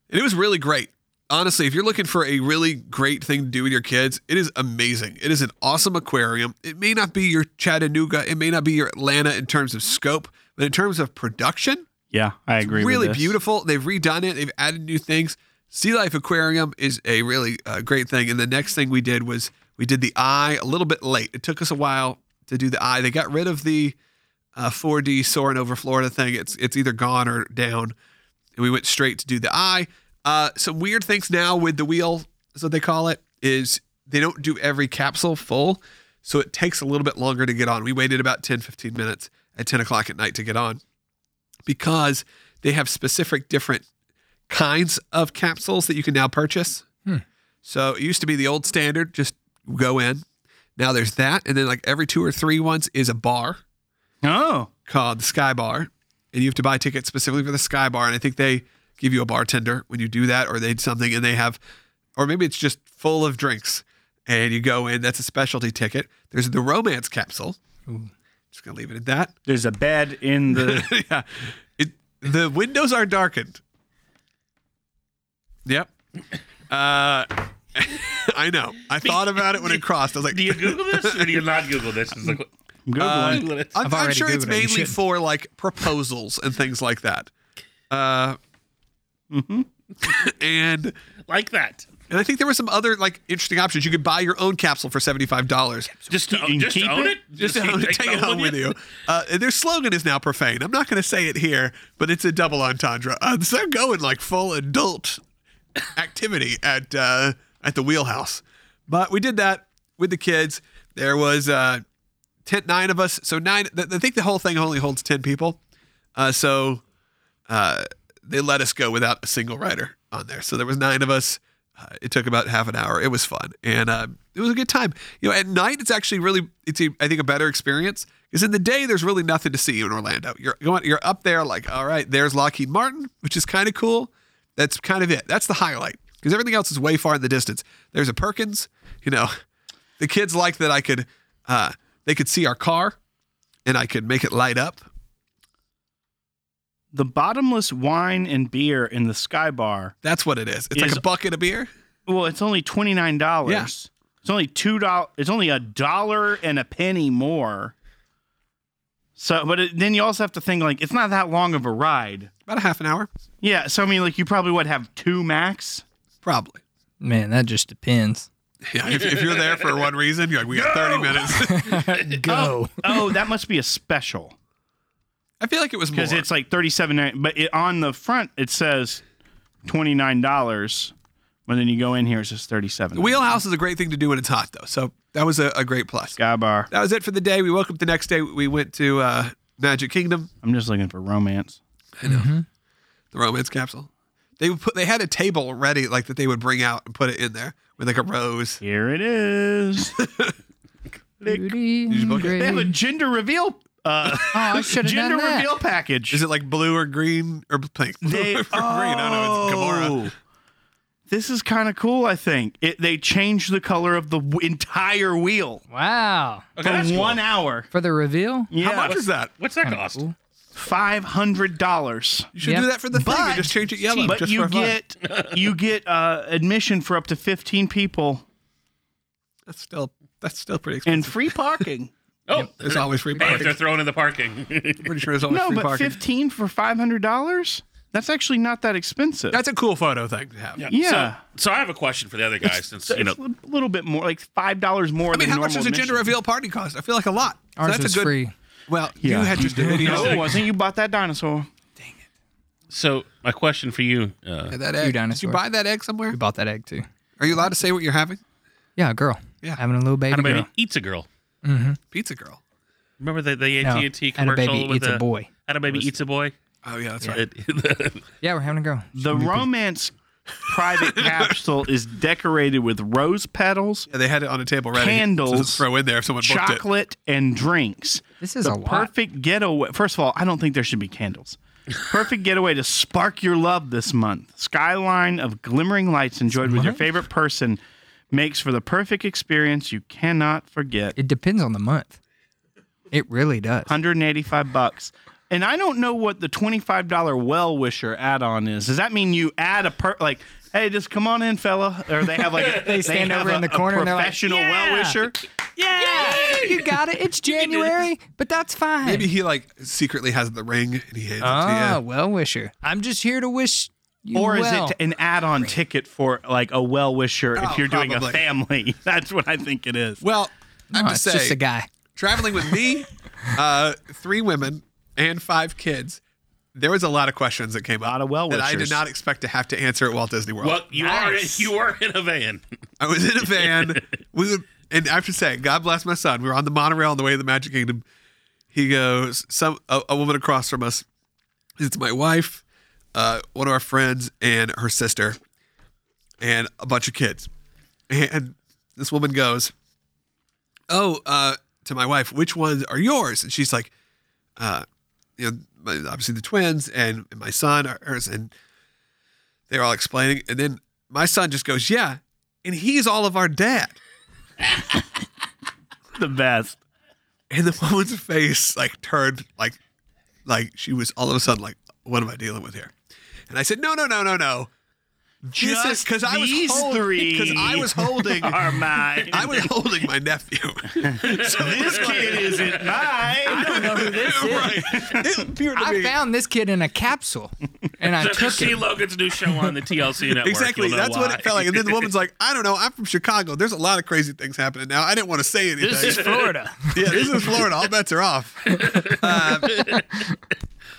[SPEAKER 1] And it was really great. Honestly, if you're looking for a really great thing to do with your kids, it is amazing. It is an awesome aquarium. It may not be your Chattanooga, it may not be your Atlanta in terms of scope, but in terms of production,
[SPEAKER 3] yeah, I agree. with
[SPEAKER 1] really
[SPEAKER 3] this.
[SPEAKER 1] beautiful. They've redone it, they've added new things. Sea Life Aquarium is a really uh, great thing. And the next thing we did was we did the eye a little bit late. It took us a while to do the eye. They got rid of the uh, 4D soaring over Florida thing. It's it's either gone or down, and we went straight to do the eye. Uh, some weird things now with the wheel, is what they call it, is they don't do every capsule full, so it takes a little bit longer to get on. We waited about 10, 15 minutes at 10 o'clock at night to get on because they have specific different kinds of capsules that you can now purchase. So it used to be the old standard, just go in. Now there's that, and then like every two or three ones is a bar
[SPEAKER 3] Oh,
[SPEAKER 1] called the Sky Bar, and you have to buy tickets specifically for the Sky Bar. And I think they give you a bartender when you do that, or they something, and they have, or maybe it's just full of drinks, and you go in. That's a specialty ticket. There's the Romance Capsule. Just gonna leave it at that.
[SPEAKER 3] there's a bed in the.
[SPEAKER 1] yeah, it, the windows are darkened. Yep. Uh, I know. I thought about it when it crossed. I was like,
[SPEAKER 4] Do you Google this or do you not Google this? It's like,
[SPEAKER 3] Good
[SPEAKER 1] Uh,
[SPEAKER 3] one.
[SPEAKER 4] Google it.
[SPEAKER 1] I'm,
[SPEAKER 5] I've
[SPEAKER 1] I'm
[SPEAKER 5] already
[SPEAKER 1] sure it's
[SPEAKER 5] Googled it. You
[SPEAKER 1] mainly
[SPEAKER 5] shouldn't.
[SPEAKER 1] for like proposals and things like that. Uh,
[SPEAKER 5] Mm-hmm.
[SPEAKER 1] and
[SPEAKER 4] like that.
[SPEAKER 1] and I think there were some other like interesting options. You could buy your own capsule for seventy five dollars.
[SPEAKER 4] Just to,
[SPEAKER 3] can
[SPEAKER 4] just to
[SPEAKER 3] keep
[SPEAKER 4] own
[SPEAKER 3] it?
[SPEAKER 4] it.
[SPEAKER 1] Just to take, it home with you. Uh, and their slogan is now profane. I'm not going to say it here, but it's a double entendre. Uh, so they're going like full adult activity at uh, at the wheelhouse. But we did that with the kids. There was uh, ten, nine of us. So nine. th- I think the whole thing only holds ten people. Uh, so uh, they let us go without a single rider on there. So there was nine of us. Uh, it took about half an hour. It was fun, and uh, it was a good time. You know, at night it's actually really, it's a, I think a better experience because in the day there's really nothing to see in Orlando. You're going, you're up there like, all right, there's Lockheed Martin, which is kind of cool. That's kind of it. That's the highlight because everything else is way far in the distance. There's a Perkins, you know. The kids like that I could, uh, they could see our car, and I could make it light up.
[SPEAKER 3] the bottomless wine and beer in the Sky Bar.
[SPEAKER 1] That's what it is. It's
[SPEAKER 3] Is-
[SPEAKER 1] like a bucket of beer.
[SPEAKER 3] Well, it's only twenty nine dollars.
[SPEAKER 1] Yeah.
[SPEAKER 3] It's only two dollars. It's only a dollar and a penny more. So, but it, then you also have to think like it's not that long of a ride.
[SPEAKER 1] About a half an hour,
[SPEAKER 3] Yeah. So I mean, like you probably would have two max.
[SPEAKER 1] probably.
[SPEAKER 5] Man, that just depends.
[SPEAKER 1] Yeah, if, if you're there for one reason, you're like, we got 30 minutes.
[SPEAKER 5] Go.
[SPEAKER 3] Oh, that must be a special.
[SPEAKER 1] I feel like it was more.
[SPEAKER 3] because it's like thirty seven nine. But it, on the front it says twenty nine dollars, but then you go in here it says thirty seven.
[SPEAKER 1] the wheelhouse is a great thing to do when it's hot, though. So that was a, a great plus.
[SPEAKER 3] Sky Bar.
[SPEAKER 1] That was it for the day. We woke up the next day. We went to uh, Magic Kingdom,
[SPEAKER 3] I'm just looking for romance.
[SPEAKER 1] the romance capsule. They would put they had a table ready, like that they would bring out and put it in there with like a rose.
[SPEAKER 3] Here it is.
[SPEAKER 5] Beauty
[SPEAKER 1] you book it?
[SPEAKER 5] and
[SPEAKER 3] they have a
[SPEAKER 5] gritty.
[SPEAKER 3] gender reveal. Uh,
[SPEAKER 5] Oh, I should have
[SPEAKER 3] gender
[SPEAKER 5] done that.
[SPEAKER 3] reveal package.
[SPEAKER 1] Is it like blue or green or pink? Blue
[SPEAKER 3] They-
[SPEAKER 1] or green? I don't know. It's Gamora.
[SPEAKER 3] Oh. This is kind of cool. I think it, they changed the color of the w- entire wheel
[SPEAKER 5] Wow.
[SPEAKER 1] Oh,
[SPEAKER 3] for one hour.
[SPEAKER 5] For the reveal?
[SPEAKER 3] Yeah,
[SPEAKER 1] How much is that?
[SPEAKER 4] What's that
[SPEAKER 5] Kinda
[SPEAKER 4] cost?
[SPEAKER 5] cool.
[SPEAKER 3] Five hundred dollars.
[SPEAKER 1] You should
[SPEAKER 5] Yeah.
[SPEAKER 1] do that for the thing. and just change it yellow.
[SPEAKER 3] but
[SPEAKER 1] Hmm, just
[SPEAKER 3] you
[SPEAKER 1] for fun.
[SPEAKER 3] get you get uh, admission for up to 15 people
[SPEAKER 1] that's still that's still pretty expensive.
[SPEAKER 3] and free parking.
[SPEAKER 4] Oh,
[SPEAKER 1] There's always free
[SPEAKER 4] Hey, if
[SPEAKER 1] parking.
[SPEAKER 4] they're throwing in the parking.
[SPEAKER 1] pretty sure there's always
[SPEAKER 3] no,
[SPEAKER 1] free
[SPEAKER 3] but
[SPEAKER 1] parking.
[SPEAKER 3] 15 for $500? That's actually not that expensive.
[SPEAKER 1] That's a cool photo thing to have.
[SPEAKER 3] yeah.
[SPEAKER 4] So, so I have a question for the other guys, since
[SPEAKER 3] So
[SPEAKER 4] you know
[SPEAKER 3] it's a little bit more, like five dollars more.
[SPEAKER 1] I mean,
[SPEAKER 3] than
[SPEAKER 1] how much does
[SPEAKER 3] normal
[SPEAKER 1] a gender
[SPEAKER 3] admission.
[SPEAKER 1] reveal party cost? I feel like a lot. So
[SPEAKER 5] Ours
[SPEAKER 1] that's
[SPEAKER 5] was
[SPEAKER 1] a good,
[SPEAKER 5] free.
[SPEAKER 1] Well,
[SPEAKER 3] Yeah.
[SPEAKER 1] you had just a video.
[SPEAKER 3] No, it wasn't. You bought that dinosaur.
[SPEAKER 4] So my question for you, uh,
[SPEAKER 1] Had that egg. Did you
[SPEAKER 5] dinosaurs.
[SPEAKER 1] buy that egg somewhere?
[SPEAKER 5] We bought that egg too.
[SPEAKER 1] Are you allowed to say what you're having?
[SPEAKER 5] Yeah, a girl.
[SPEAKER 1] Yeah.
[SPEAKER 5] Having a little baby
[SPEAKER 4] how do
[SPEAKER 5] girl.
[SPEAKER 4] baby eats a girl?
[SPEAKER 1] Pizza girl.
[SPEAKER 4] Remember the, the
[SPEAKER 5] No,
[SPEAKER 4] AT&T
[SPEAKER 5] and
[SPEAKER 4] commercial
[SPEAKER 5] a baby
[SPEAKER 4] with
[SPEAKER 5] eats
[SPEAKER 4] the,
[SPEAKER 5] a boy.
[SPEAKER 4] How do baby eats a boy?
[SPEAKER 1] Oh yeah, that's right.
[SPEAKER 4] It-
[SPEAKER 5] Yeah, we're having a girl.
[SPEAKER 3] The romance private capsule is decorated with rose petals,
[SPEAKER 1] Yeah, they had it on a table ready. So
[SPEAKER 3] Candles.
[SPEAKER 1] just throw in there if someone booked it.
[SPEAKER 3] chocolate, and drinks.
[SPEAKER 5] This is
[SPEAKER 3] the
[SPEAKER 5] a lot.
[SPEAKER 3] perfect getaway. First of all, I don't think there should be candles. Perfect getaway to spark your love this month. Skyline of glimmering lights enjoyed with your favorite person makes for the perfect experience you cannot forget.
[SPEAKER 5] It depends on the month. It really does.
[SPEAKER 3] 185 bucks. And I don't know what the $25 well wisher add-on is. Does that mean you add a per like Hey, just come on in, fella. Or they have like a, they
[SPEAKER 5] stand
[SPEAKER 3] have
[SPEAKER 5] over
[SPEAKER 3] a-
[SPEAKER 5] in the
[SPEAKER 3] a
[SPEAKER 5] corner and they're like,
[SPEAKER 3] professional
[SPEAKER 5] "Yeah!"
[SPEAKER 3] well wisher.
[SPEAKER 5] You got it. It's January, but that's fine.
[SPEAKER 1] Maybe he like secretly has the ring and he hands
[SPEAKER 5] Ah,
[SPEAKER 1] it to
[SPEAKER 5] well wisher. I'm just here to wish you
[SPEAKER 3] Or is
[SPEAKER 5] well.
[SPEAKER 3] it an add-on ticket for like a well wisher
[SPEAKER 1] Oh,
[SPEAKER 3] if you're doing
[SPEAKER 1] probably.
[SPEAKER 3] a family? That's what I think it is.
[SPEAKER 1] you. Well, I have
[SPEAKER 5] No,
[SPEAKER 1] to
[SPEAKER 5] Ah, it's
[SPEAKER 1] say,
[SPEAKER 5] just a guy.
[SPEAKER 1] traveling with me, uh, three women and five kids. There was a lot of questions that came up. A
[SPEAKER 3] Lot of well-wishers.
[SPEAKER 1] that I did not expect to have to answer at Walt Disney World.
[SPEAKER 4] well, you
[SPEAKER 5] Nice.
[SPEAKER 4] are you were in a van.
[SPEAKER 1] I was in a van. we would, and I have to say, God bless my son. We were on the monorail on the way to the Magic Kingdom. He goes, some a, a woman across from us. It's my wife, uh, one of our friends, and her sister, and a bunch of kids. And this woman goes, "Oh," uh, to my wife, "Which ones are yours?" And she's like, uh, "You know, my- obviously the twins and, and my son are hers." And they were all explaining, and then my son just goes, "Yeah," and he's all of our dad.
[SPEAKER 3] The best.
[SPEAKER 1] And the woman's face like turned like like she was all of a sudden like, what am I dealing with here? And I said, No, no, no, no, no. This is-
[SPEAKER 3] Just
[SPEAKER 1] I was
[SPEAKER 3] these
[SPEAKER 1] hold-
[SPEAKER 3] three
[SPEAKER 1] 'cause I was holding
[SPEAKER 3] are mine.
[SPEAKER 1] I was holding my nephew. so
[SPEAKER 3] this kid isn't mine. I don't know who this
[SPEAKER 1] right. It appeared to
[SPEAKER 5] I
[SPEAKER 1] me-
[SPEAKER 5] found this kid in a capsule, and I
[SPEAKER 4] So if you
[SPEAKER 5] took
[SPEAKER 4] see
[SPEAKER 5] it.
[SPEAKER 4] Logan's new show on the TLC network.
[SPEAKER 1] Exactly.
[SPEAKER 4] you'll know
[SPEAKER 1] That's what
[SPEAKER 4] why.
[SPEAKER 1] it felt like. And then the woman's like, I don't know. I'm from Chicago. There's a lot of crazy things happening now. I didn't want to say anything.
[SPEAKER 4] This is
[SPEAKER 5] Florida.
[SPEAKER 1] yeah, this is Florida. All bets are off. Um,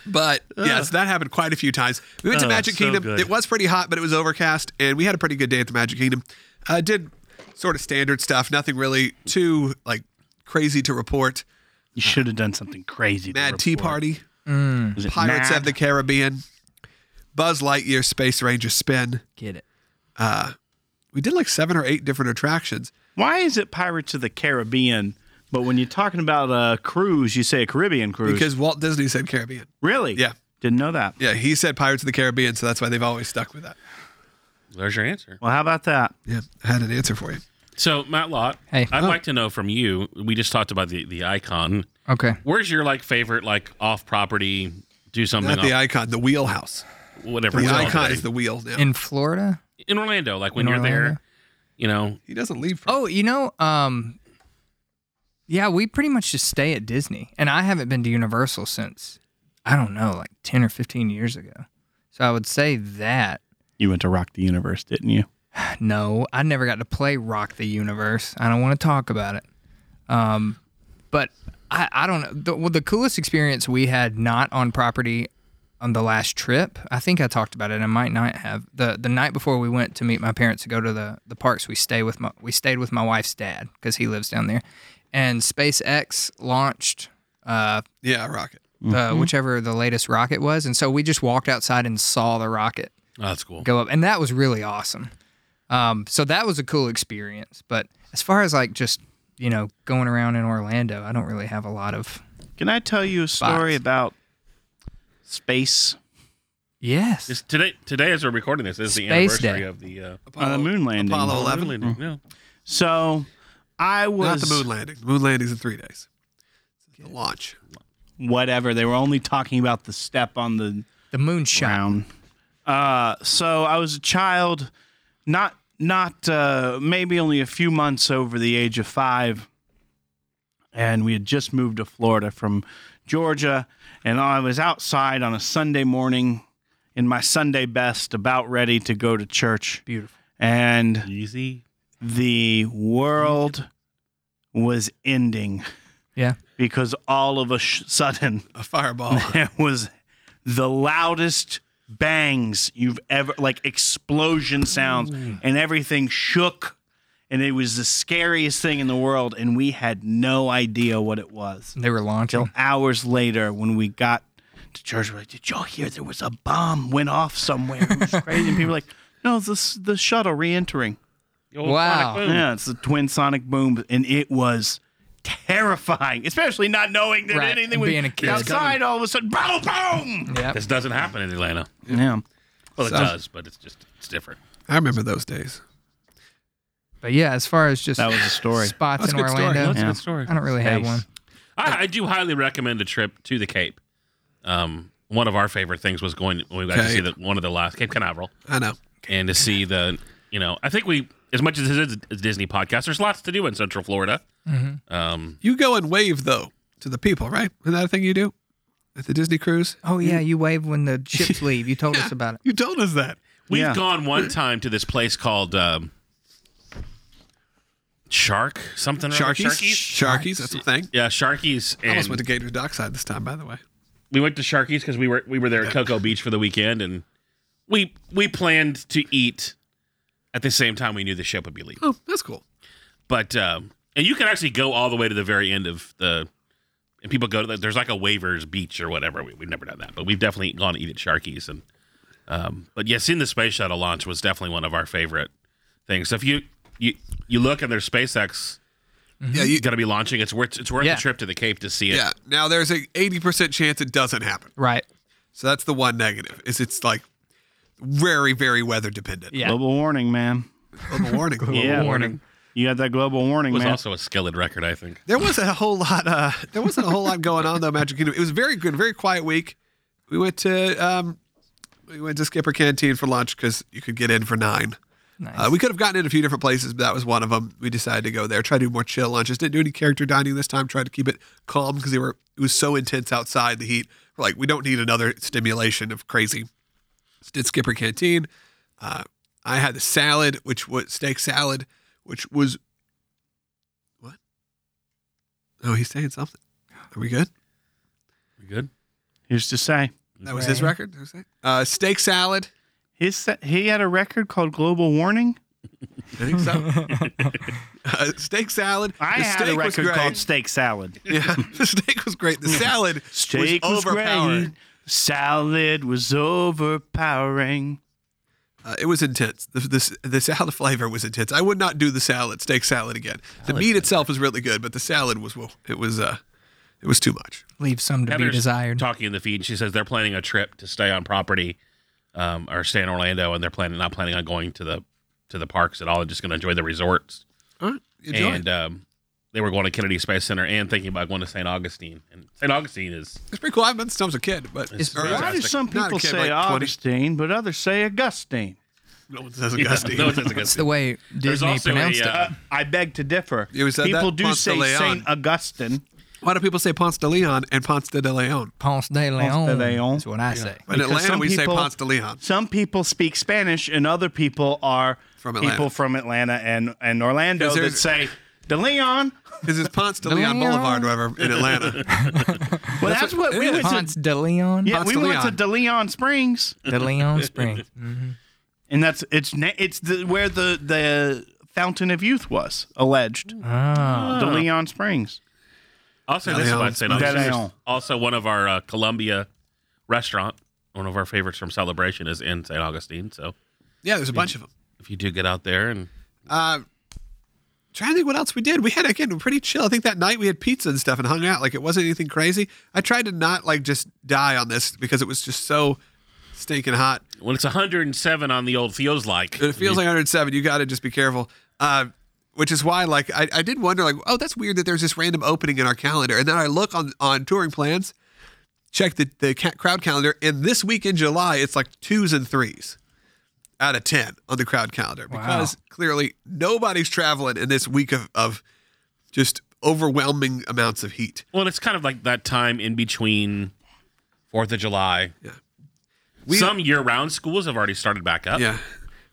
[SPEAKER 1] but yes, that happened quite a few times. We went to
[SPEAKER 4] Oh,
[SPEAKER 1] Magic
[SPEAKER 4] so
[SPEAKER 1] Kingdom.
[SPEAKER 4] good.
[SPEAKER 1] It was pretty hot, but it was overcast, and we had a pretty good day at the Magic Kingdom. Uh, did sort of standard stuff. Nothing really too like crazy to report.
[SPEAKER 3] You should have done something crazy. to
[SPEAKER 1] Mad Tea
[SPEAKER 3] report.
[SPEAKER 1] Party,
[SPEAKER 3] Is it
[SPEAKER 1] Pirates
[SPEAKER 3] mad?
[SPEAKER 1] of the Caribbean, Buzz Lightyear, Space Ranger Spin.
[SPEAKER 5] Get it.
[SPEAKER 1] We did like seven or eight different attractions.
[SPEAKER 3] Why is it Pirates of the Caribbean? But when you're talking about a cruise, you say a Caribbean cruise.
[SPEAKER 1] Because Walt Disney said Caribbean.
[SPEAKER 3] really,
[SPEAKER 1] Yeah.
[SPEAKER 3] didn't know that.
[SPEAKER 1] Yeah, he said Pirates of the Caribbean, so that's why they've always stuck with that.
[SPEAKER 4] There's your answer.
[SPEAKER 3] Well, how about that?
[SPEAKER 1] Yeah, I had an answer for you.
[SPEAKER 4] So Matt Lott,
[SPEAKER 5] Hey.
[SPEAKER 1] Oh.
[SPEAKER 4] I'd like to know from you. We just talked about the the icon.
[SPEAKER 5] Okay.
[SPEAKER 4] Where's your like favorite like off property do something
[SPEAKER 1] Not the
[SPEAKER 4] up,
[SPEAKER 1] icon, the wheelhouse.
[SPEAKER 4] whatever.
[SPEAKER 1] The
[SPEAKER 4] it's called
[SPEAKER 1] icon
[SPEAKER 4] today.
[SPEAKER 1] is the wheel now.
[SPEAKER 5] in Florida.
[SPEAKER 4] in Orlando, like when
[SPEAKER 5] In
[SPEAKER 4] you're
[SPEAKER 5] Orlando?
[SPEAKER 4] there, you know.
[SPEAKER 1] he doesn't leave. For,
[SPEAKER 5] Oh, you know, um, yeah, we pretty much just stay at Disney, and I haven't been to Universal since I don't know, like ten or fifteen years ago. So I would say that.
[SPEAKER 3] You went to Rock the Universe, didn't you?
[SPEAKER 5] No, I never got to play Rock the Universe. I don't want to talk about it. Um, but I, I don't know. The, well, the coolest experience we had not on property on the last trip, I think I talked about it. I might not have the the night before we went to meet my parents to go to the the parks. We stay with my we stayed with my wife's dad because he lives down there, and SpaceX launched. Uh,
[SPEAKER 1] yeah, rocket.
[SPEAKER 5] the, whichever the latest rocket was, and so we just walked outside and saw the rocket
[SPEAKER 4] Oh, that's cool.
[SPEAKER 5] go up, and that was really awesome. Um, so that was a cool experience. But as far as like just you know going around in Orlando, I don't really have a lot of.
[SPEAKER 3] Can I tell you a story
[SPEAKER 5] Spots.
[SPEAKER 3] about space
[SPEAKER 5] Yes,
[SPEAKER 4] This, today, today as we're recording this, this is the
[SPEAKER 5] Space
[SPEAKER 4] anniversary
[SPEAKER 5] Day. Mm-hmm.
[SPEAKER 4] of the uh,
[SPEAKER 3] on the moon landing?
[SPEAKER 1] Apollo 11.
[SPEAKER 4] moon landing. Yeah.
[SPEAKER 3] So I
[SPEAKER 1] Not
[SPEAKER 3] was
[SPEAKER 1] the moon landing. The moon landing's in three days. The launch.
[SPEAKER 3] whatever. They were only talking about the step on the
[SPEAKER 5] the moonshot.
[SPEAKER 3] ground. Uh, so I was a child, not not uh, maybe only a few months over the age of five, and we had just moved to Florida from Georgia, and I was outside on a Sunday morning in my Sunday best, about ready to go to church,
[SPEAKER 5] Beautiful.
[SPEAKER 3] and
[SPEAKER 4] Easy.
[SPEAKER 3] the world was ending
[SPEAKER 5] Yeah.
[SPEAKER 3] because all of a sh- sudden
[SPEAKER 1] A fireball.
[SPEAKER 5] Oh.
[SPEAKER 3] there was the loudest bangs you've ever like explosion sounds
[SPEAKER 5] Mm.
[SPEAKER 3] and everything shook and it was the scariest thing in the world and we had no idea what it was
[SPEAKER 5] They were
[SPEAKER 3] till
[SPEAKER 5] launching.
[SPEAKER 3] hours later when we got to church we're like did y'all hear there was a bomb went off somewhere it was crazy and people were like no this the shuttle re-entering
[SPEAKER 5] Wow.
[SPEAKER 3] yeah, it's the twin sonic boom, and it was terrifying, especially not knowing that
[SPEAKER 5] Right,
[SPEAKER 3] anything
[SPEAKER 5] and
[SPEAKER 3] was
[SPEAKER 5] being a kid.
[SPEAKER 3] outside. All of a sudden, boom, boom.
[SPEAKER 5] Yep.
[SPEAKER 4] This doesn't happen in Atlanta.
[SPEAKER 3] Yeah,
[SPEAKER 4] Well, it
[SPEAKER 1] So-
[SPEAKER 4] does, but it's just it's different.
[SPEAKER 1] I remember those days.
[SPEAKER 5] But yeah, as far as just
[SPEAKER 3] that was a story.
[SPEAKER 5] spots
[SPEAKER 1] That's
[SPEAKER 5] in
[SPEAKER 1] a good story.
[SPEAKER 5] Orlando,
[SPEAKER 3] That's a Yeah. good
[SPEAKER 4] story.
[SPEAKER 5] I don't really have
[SPEAKER 3] Space.
[SPEAKER 5] one.
[SPEAKER 4] I, I do highly recommend a trip to the Cape. Um, one of our favorite things was going. We got to see the,
[SPEAKER 1] Cape.
[SPEAKER 4] one of the last Cape Canaveral,
[SPEAKER 1] I know.
[SPEAKER 4] and to see the. You know, I think we as much as it is a Disney podcast, there's lots to do in Central Florida. Um,
[SPEAKER 1] You go and wave though to the people, right? Isn't that a thing you do at the Disney cruise?
[SPEAKER 5] Oh yeah, you wave when the ships leave. You told us about it.
[SPEAKER 1] You told us that.
[SPEAKER 4] we've
[SPEAKER 3] Yeah.
[SPEAKER 4] gone one time to this place called um, Shark something. or other.
[SPEAKER 1] Sharkies.
[SPEAKER 4] Sharkies.
[SPEAKER 1] Sharkies. That's a thing.
[SPEAKER 4] Yeah, Sharkies.
[SPEAKER 1] I
[SPEAKER 4] And
[SPEAKER 1] almost went to Gator's Dockside this time, by the way.
[SPEAKER 4] we went to Sharky's because we were we were there at Cocoa Beach for the weekend, and we we planned to eat at the same time we knew the ship would be leaving.
[SPEAKER 1] Oh, that's cool.
[SPEAKER 4] But um, and you can actually go all the way to the very end of the, and people go to the, there's like a waivers beach or whatever. We, we've never done that, but we've definitely gone to eat at Sharky's and. Um, but yeah, seeing the space shuttle launch was definitely one of our favorite things. So if you you you look and there's SpaceX
[SPEAKER 1] Yeah, you,
[SPEAKER 4] going to be launching, it's worth it's worth
[SPEAKER 5] Yeah.
[SPEAKER 4] the trip to the Cape to see it.
[SPEAKER 1] yeah. Now there's a 80% chance it doesn't happen.
[SPEAKER 5] Right.
[SPEAKER 1] So that's the one negative. Is it's like very, very weather dependent.
[SPEAKER 5] Yeah.
[SPEAKER 3] Global warning, man.
[SPEAKER 1] Global warning.
[SPEAKER 3] Yeah, You had that global warning,
[SPEAKER 4] It was
[SPEAKER 3] man.
[SPEAKER 4] also a skillet record, I think.
[SPEAKER 1] There wasn't a whole lot. Uh, there wasn't a whole lot going on though. Magic Kingdom. It was very good, very quiet week. We went to um, we went to Skipper Canteen for lunch because you could get in for nine.
[SPEAKER 5] Nice.
[SPEAKER 1] Uh, we could have gotten in a few different places, but that was one of them. We decided to go there. Try to do more chill lunches. Didn't do any character dining this time. Tried to keep it calm because they were. It was so intense outside the heat. We're like we don't need another stimulation of crazy. So did Skipper Canteen. Uh, I had the salad, which was steak salad, which was what? Oh, he's saying something. Are we good?
[SPEAKER 4] We good?
[SPEAKER 3] Here's to say,
[SPEAKER 1] That was his
[SPEAKER 5] Right.
[SPEAKER 1] record. That was it. Uh, steak salad.
[SPEAKER 3] his se- he had a record called Global Warning.
[SPEAKER 1] I think so. uh, steak salad.
[SPEAKER 3] I
[SPEAKER 1] the
[SPEAKER 3] had a
[SPEAKER 1] steak was
[SPEAKER 3] record
[SPEAKER 1] great.
[SPEAKER 3] called Steak Salad.
[SPEAKER 1] Yeah, the steak was great. The salad
[SPEAKER 3] Steak
[SPEAKER 1] was
[SPEAKER 3] was,
[SPEAKER 1] overpowered.
[SPEAKER 3] great. Salad was overpowering.
[SPEAKER 1] Uh, it was intense. The, the, the salad flavor was intense. I would not do the salad, steak salad again. the meat itself was really good, but the salad was well, it was uh, it was too much.
[SPEAKER 5] leave some to be
[SPEAKER 4] Heather's
[SPEAKER 5] desired.
[SPEAKER 4] Talking in the feed, and she says they're planning a trip to stay on property, um, or stay in Orlando, and they're planning not planning on going to the to the parks at all. They're just going to enjoy the resorts.
[SPEAKER 1] All right, enjoy.
[SPEAKER 4] And um, they were going to Kennedy Space Center and thinking about going to St. Augustine. And St. Augustine is
[SPEAKER 1] It's pretty cool. I've been since I was a kid, but
[SPEAKER 4] uh, It's
[SPEAKER 1] or-
[SPEAKER 4] fantastic.
[SPEAKER 3] Why do some
[SPEAKER 1] Not a
[SPEAKER 3] people
[SPEAKER 1] kid,
[SPEAKER 3] say "Ah,
[SPEAKER 1] like 20.
[SPEAKER 3] Augustine, but others say Augustine?
[SPEAKER 1] no one says
[SPEAKER 4] Yeah,
[SPEAKER 1] Augustine.
[SPEAKER 4] no, it says
[SPEAKER 5] It's
[SPEAKER 4] Augustine.
[SPEAKER 5] the way Disney
[SPEAKER 4] also a,
[SPEAKER 5] pronounced
[SPEAKER 4] uh,
[SPEAKER 5] it.
[SPEAKER 3] Uh, I beg to differ.
[SPEAKER 1] You said
[SPEAKER 3] people
[SPEAKER 1] that?
[SPEAKER 3] do
[SPEAKER 1] Ponce de
[SPEAKER 3] say
[SPEAKER 1] Leon.
[SPEAKER 3] Saint Augustine.
[SPEAKER 1] Why do people say Ponce de Leon and Ponce de Leon?
[SPEAKER 5] Ponce de Leon.
[SPEAKER 3] Leon.
[SPEAKER 5] That's what I say.
[SPEAKER 1] In
[SPEAKER 3] Because
[SPEAKER 1] Atlanta,
[SPEAKER 3] some
[SPEAKER 1] we say
[SPEAKER 3] people-
[SPEAKER 1] Ponce de Leon.
[SPEAKER 3] Some people speak Spanish, and other people are
[SPEAKER 1] From Atlanta.
[SPEAKER 3] people from Atlanta and, and Orlando
[SPEAKER 1] 'Cause
[SPEAKER 3] that
[SPEAKER 1] there's-
[SPEAKER 3] say De Leon.
[SPEAKER 1] This is Ponce de
[SPEAKER 5] De
[SPEAKER 1] Leon
[SPEAKER 5] Leon.
[SPEAKER 1] Boulevard, wherever in Atlanta.
[SPEAKER 3] Well, that's, what,
[SPEAKER 1] it
[SPEAKER 3] we
[SPEAKER 1] is.
[SPEAKER 3] went
[SPEAKER 5] Ponce
[SPEAKER 3] to.
[SPEAKER 5] de Leon.
[SPEAKER 3] Yeah,
[SPEAKER 1] Ponce
[SPEAKER 3] we
[SPEAKER 1] de
[SPEAKER 3] went to
[SPEAKER 1] Leon.
[SPEAKER 3] De Leon Springs,
[SPEAKER 5] De Leon Springs.
[SPEAKER 3] and that's it's na- it's the, where the the Fountain of Youth was alleged.
[SPEAKER 1] Ah.
[SPEAKER 5] Oh.
[SPEAKER 3] De Leon Springs.
[SPEAKER 4] Also, this
[SPEAKER 1] Leon.
[SPEAKER 4] about St.
[SPEAKER 3] Leon.
[SPEAKER 4] Augustine. There's Also, one of our uh, Columbia restaurant, one of our favorites from Celebration, is in St. Augustine. So
[SPEAKER 1] yeah, there's a bunch of them.
[SPEAKER 4] if you do get out there and
[SPEAKER 1] Uh, trying to think what else we did. We had again we're pretty chill. I think that night we had pizza and stuff and hung out. Like it wasn't anything crazy. I tried to not like just die on this because it was just so stinking hot.
[SPEAKER 4] when it's 107 on the old feels like
[SPEAKER 1] It feels like 107. You got to just be careful. Uh, which is why, like, I, I did wonder, like, oh, that's weird that there's this random opening in our calendar. And then I look on on touring plans, check the the ca- crowd calendar, and this week in July, it's like twos and threes out of ten on the crowd calendar because clearly nobody's traveling in this week of of just overwhelming amounts of heat.
[SPEAKER 4] well, it's kind of like that time in between Fourth of July.
[SPEAKER 1] Yeah. We-
[SPEAKER 4] Some year-round schools have already started back up.
[SPEAKER 1] Yeah.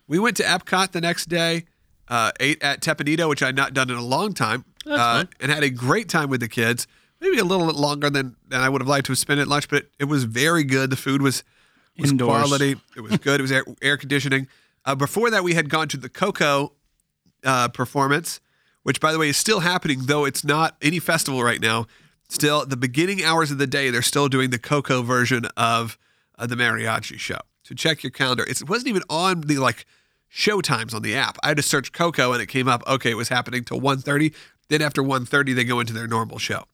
[SPEAKER 1] We went to Epcot the next day, uh, ate at Tepanito, which I'd not done in a long time, uh, and had a great time with the kids. Maybe a little bit longer than, than I would have liked to have spent at lunch, but it, was very good. The food was, was
[SPEAKER 3] Indoors.
[SPEAKER 1] quality. It was good. It was air, air conditioning. Uh, before that, we had gone to the Coco uh, performance, which, by the way, is still happening, though it's not any festival right now. Still, at the beginning hours of the day, they're still doing the Coco version of uh, the mariachi show. So check your calendar. It's, it wasn't even on the like show times on the app. I had to search Coco, and it came up. Okay, it was happening till 1.30. Then after 1.30, they go into their normal show.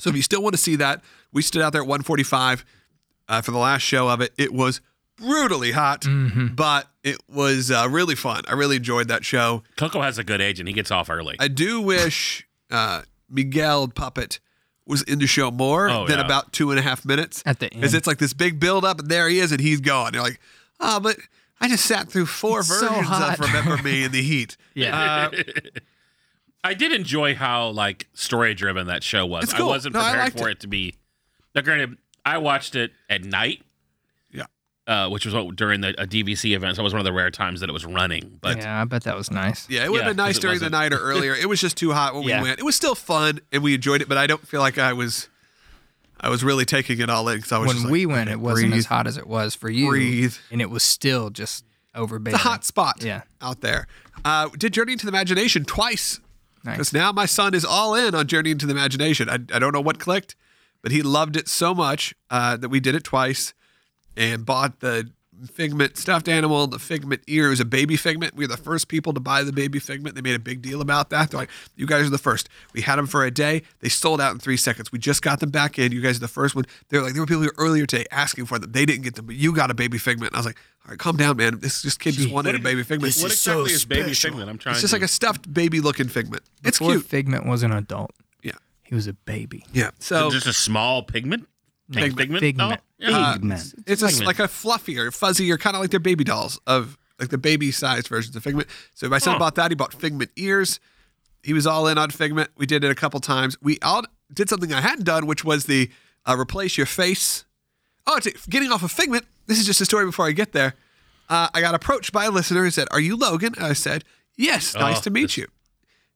[SPEAKER 1] So if you still want to see that, we stood out there at 145 uh, for the last show of it. It was brutally hot,
[SPEAKER 5] Mm-hmm.
[SPEAKER 1] but it was uh, really fun. I really enjoyed that show.
[SPEAKER 4] Coco has a good age and he gets off early.
[SPEAKER 1] I do wish uh, Miguel Puppet was in the show more
[SPEAKER 4] Oh,
[SPEAKER 1] than
[SPEAKER 4] yeah.
[SPEAKER 1] about two and a half minutes.
[SPEAKER 5] At the
[SPEAKER 1] Because
[SPEAKER 5] end.
[SPEAKER 1] it's like this big build up, and there he is, and he's gone. You're like, oh, but I just sat through four
[SPEAKER 5] It's so
[SPEAKER 1] versions
[SPEAKER 5] hot."
[SPEAKER 1] of Remember Me in the Heat.
[SPEAKER 5] Yeah.
[SPEAKER 4] I did enjoy how like story driven that show was.
[SPEAKER 1] It's cool.
[SPEAKER 4] I wasn't
[SPEAKER 1] No, I
[SPEAKER 4] prepared
[SPEAKER 1] liked
[SPEAKER 4] for
[SPEAKER 1] it.
[SPEAKER 4] it. to be. Now, granted, I watched it at night.
[SPEAKER 1] Yeah.
[SPEAKER 4] Uh, which was what- during the a DVC event, so it was one of the rare times that it was running. But
[SPEAKER 5] yeah, I bet that was nice.
[SPEAKER 1] Yeah, it would
[SPEAKER 4] Yeah,
[SPEAKER 1] have been nice
[SPEAKER 4] 'cause it
[SPEAKER 1] during the
[SPEAKER 4] wasn't-
[SPEAKER 1] night or earlier. It was just too hot when
[SPEAKER 5] Yeah.
[SPEAKER 1] we went. It was still fun and we enjoyed it, but I don't feel like I was, I was really taking it all in because I was
[SPEAKER 5] when
[SPEAKER 1] just like,
[SPEAKER 5] we went, it wasn't
[SPEAKER 1] breathe.
[SPEAKER 5] as hot as it was for you.
[SPEAKER 1] Breathe.
[SPEAKER 5] And it was still just overbearing.
[SPEAKER 1] it's a hot spot
[SPEAKER 5] Yeah.
[SPEAKER 1] out there. Uh, did Journey into the Imagination twice
[SPEAKER 5] Nice.
[SPEAKER 1] because now my son is all in on Journey into the Imagination. I, I don't know what clicked, but he loved it so much uh, that we did it twice and bought the Figment stuffed animal, the Figment ear. It was a baby Figment. We were the first people to buy the baby Figment. They made a big deal about that. They're like, you guys are the first. We had them for a day. They sold out in three seconds. We just got them back in. You guys are the first one. They're like, there were people here earlier today asking for them. They didn't get them, but you got a baby Figment. And I was like, all right, calm down, man. This this kid just wanted a baby Figment.
[SPEAKER 4] what exactly is Baby Figment? I'm trying.
[SPEAKER 1] It's just
[SPEAKER 4] to,
[SPEAKER 1] like a stuffed baby looking Figment. It's
[SPEAKER 5] Before
[SPEAKER 1] cute.
[SPEAKER 5] Figment was an adult.
[SPEAKER 1] Yeah.
[SPEAKER 5] He was a baby.
[SPEAKER 1] Yeah. So
[SPEAKER 4] just a small pigment. Like
[SPEAKER 5] Figment.
[SPEAKER 4] doll?
[SPEAKER 5] Figment.
[SPEAKER 1] Uh,
[SPEAKER 4] Yeah.
[SPEAKER 3] Figment.
[SPEAKER 1] it's a,
[SPEAKER 4] Figment.
[SPEAKER 1] like a fluffier, fuzzier, kind of like their baby dolls of like the baby sized versions of Figment. So my son
[SPEAKER 4] Huh.
[SPEAKER 1] bought that. He bought Figment ears. He was all in on Figment. We did it a couple times. We all did something I hadn't done, which was the uh, replace your face. Oh, it's getting off of Figment. This is just a story before I get there. Uh, I got approached by a listener who said, Are you Logan? And I said, Yes, nice
[SPEAKER 4] Oh,
[SPEAKER 1] to meet you.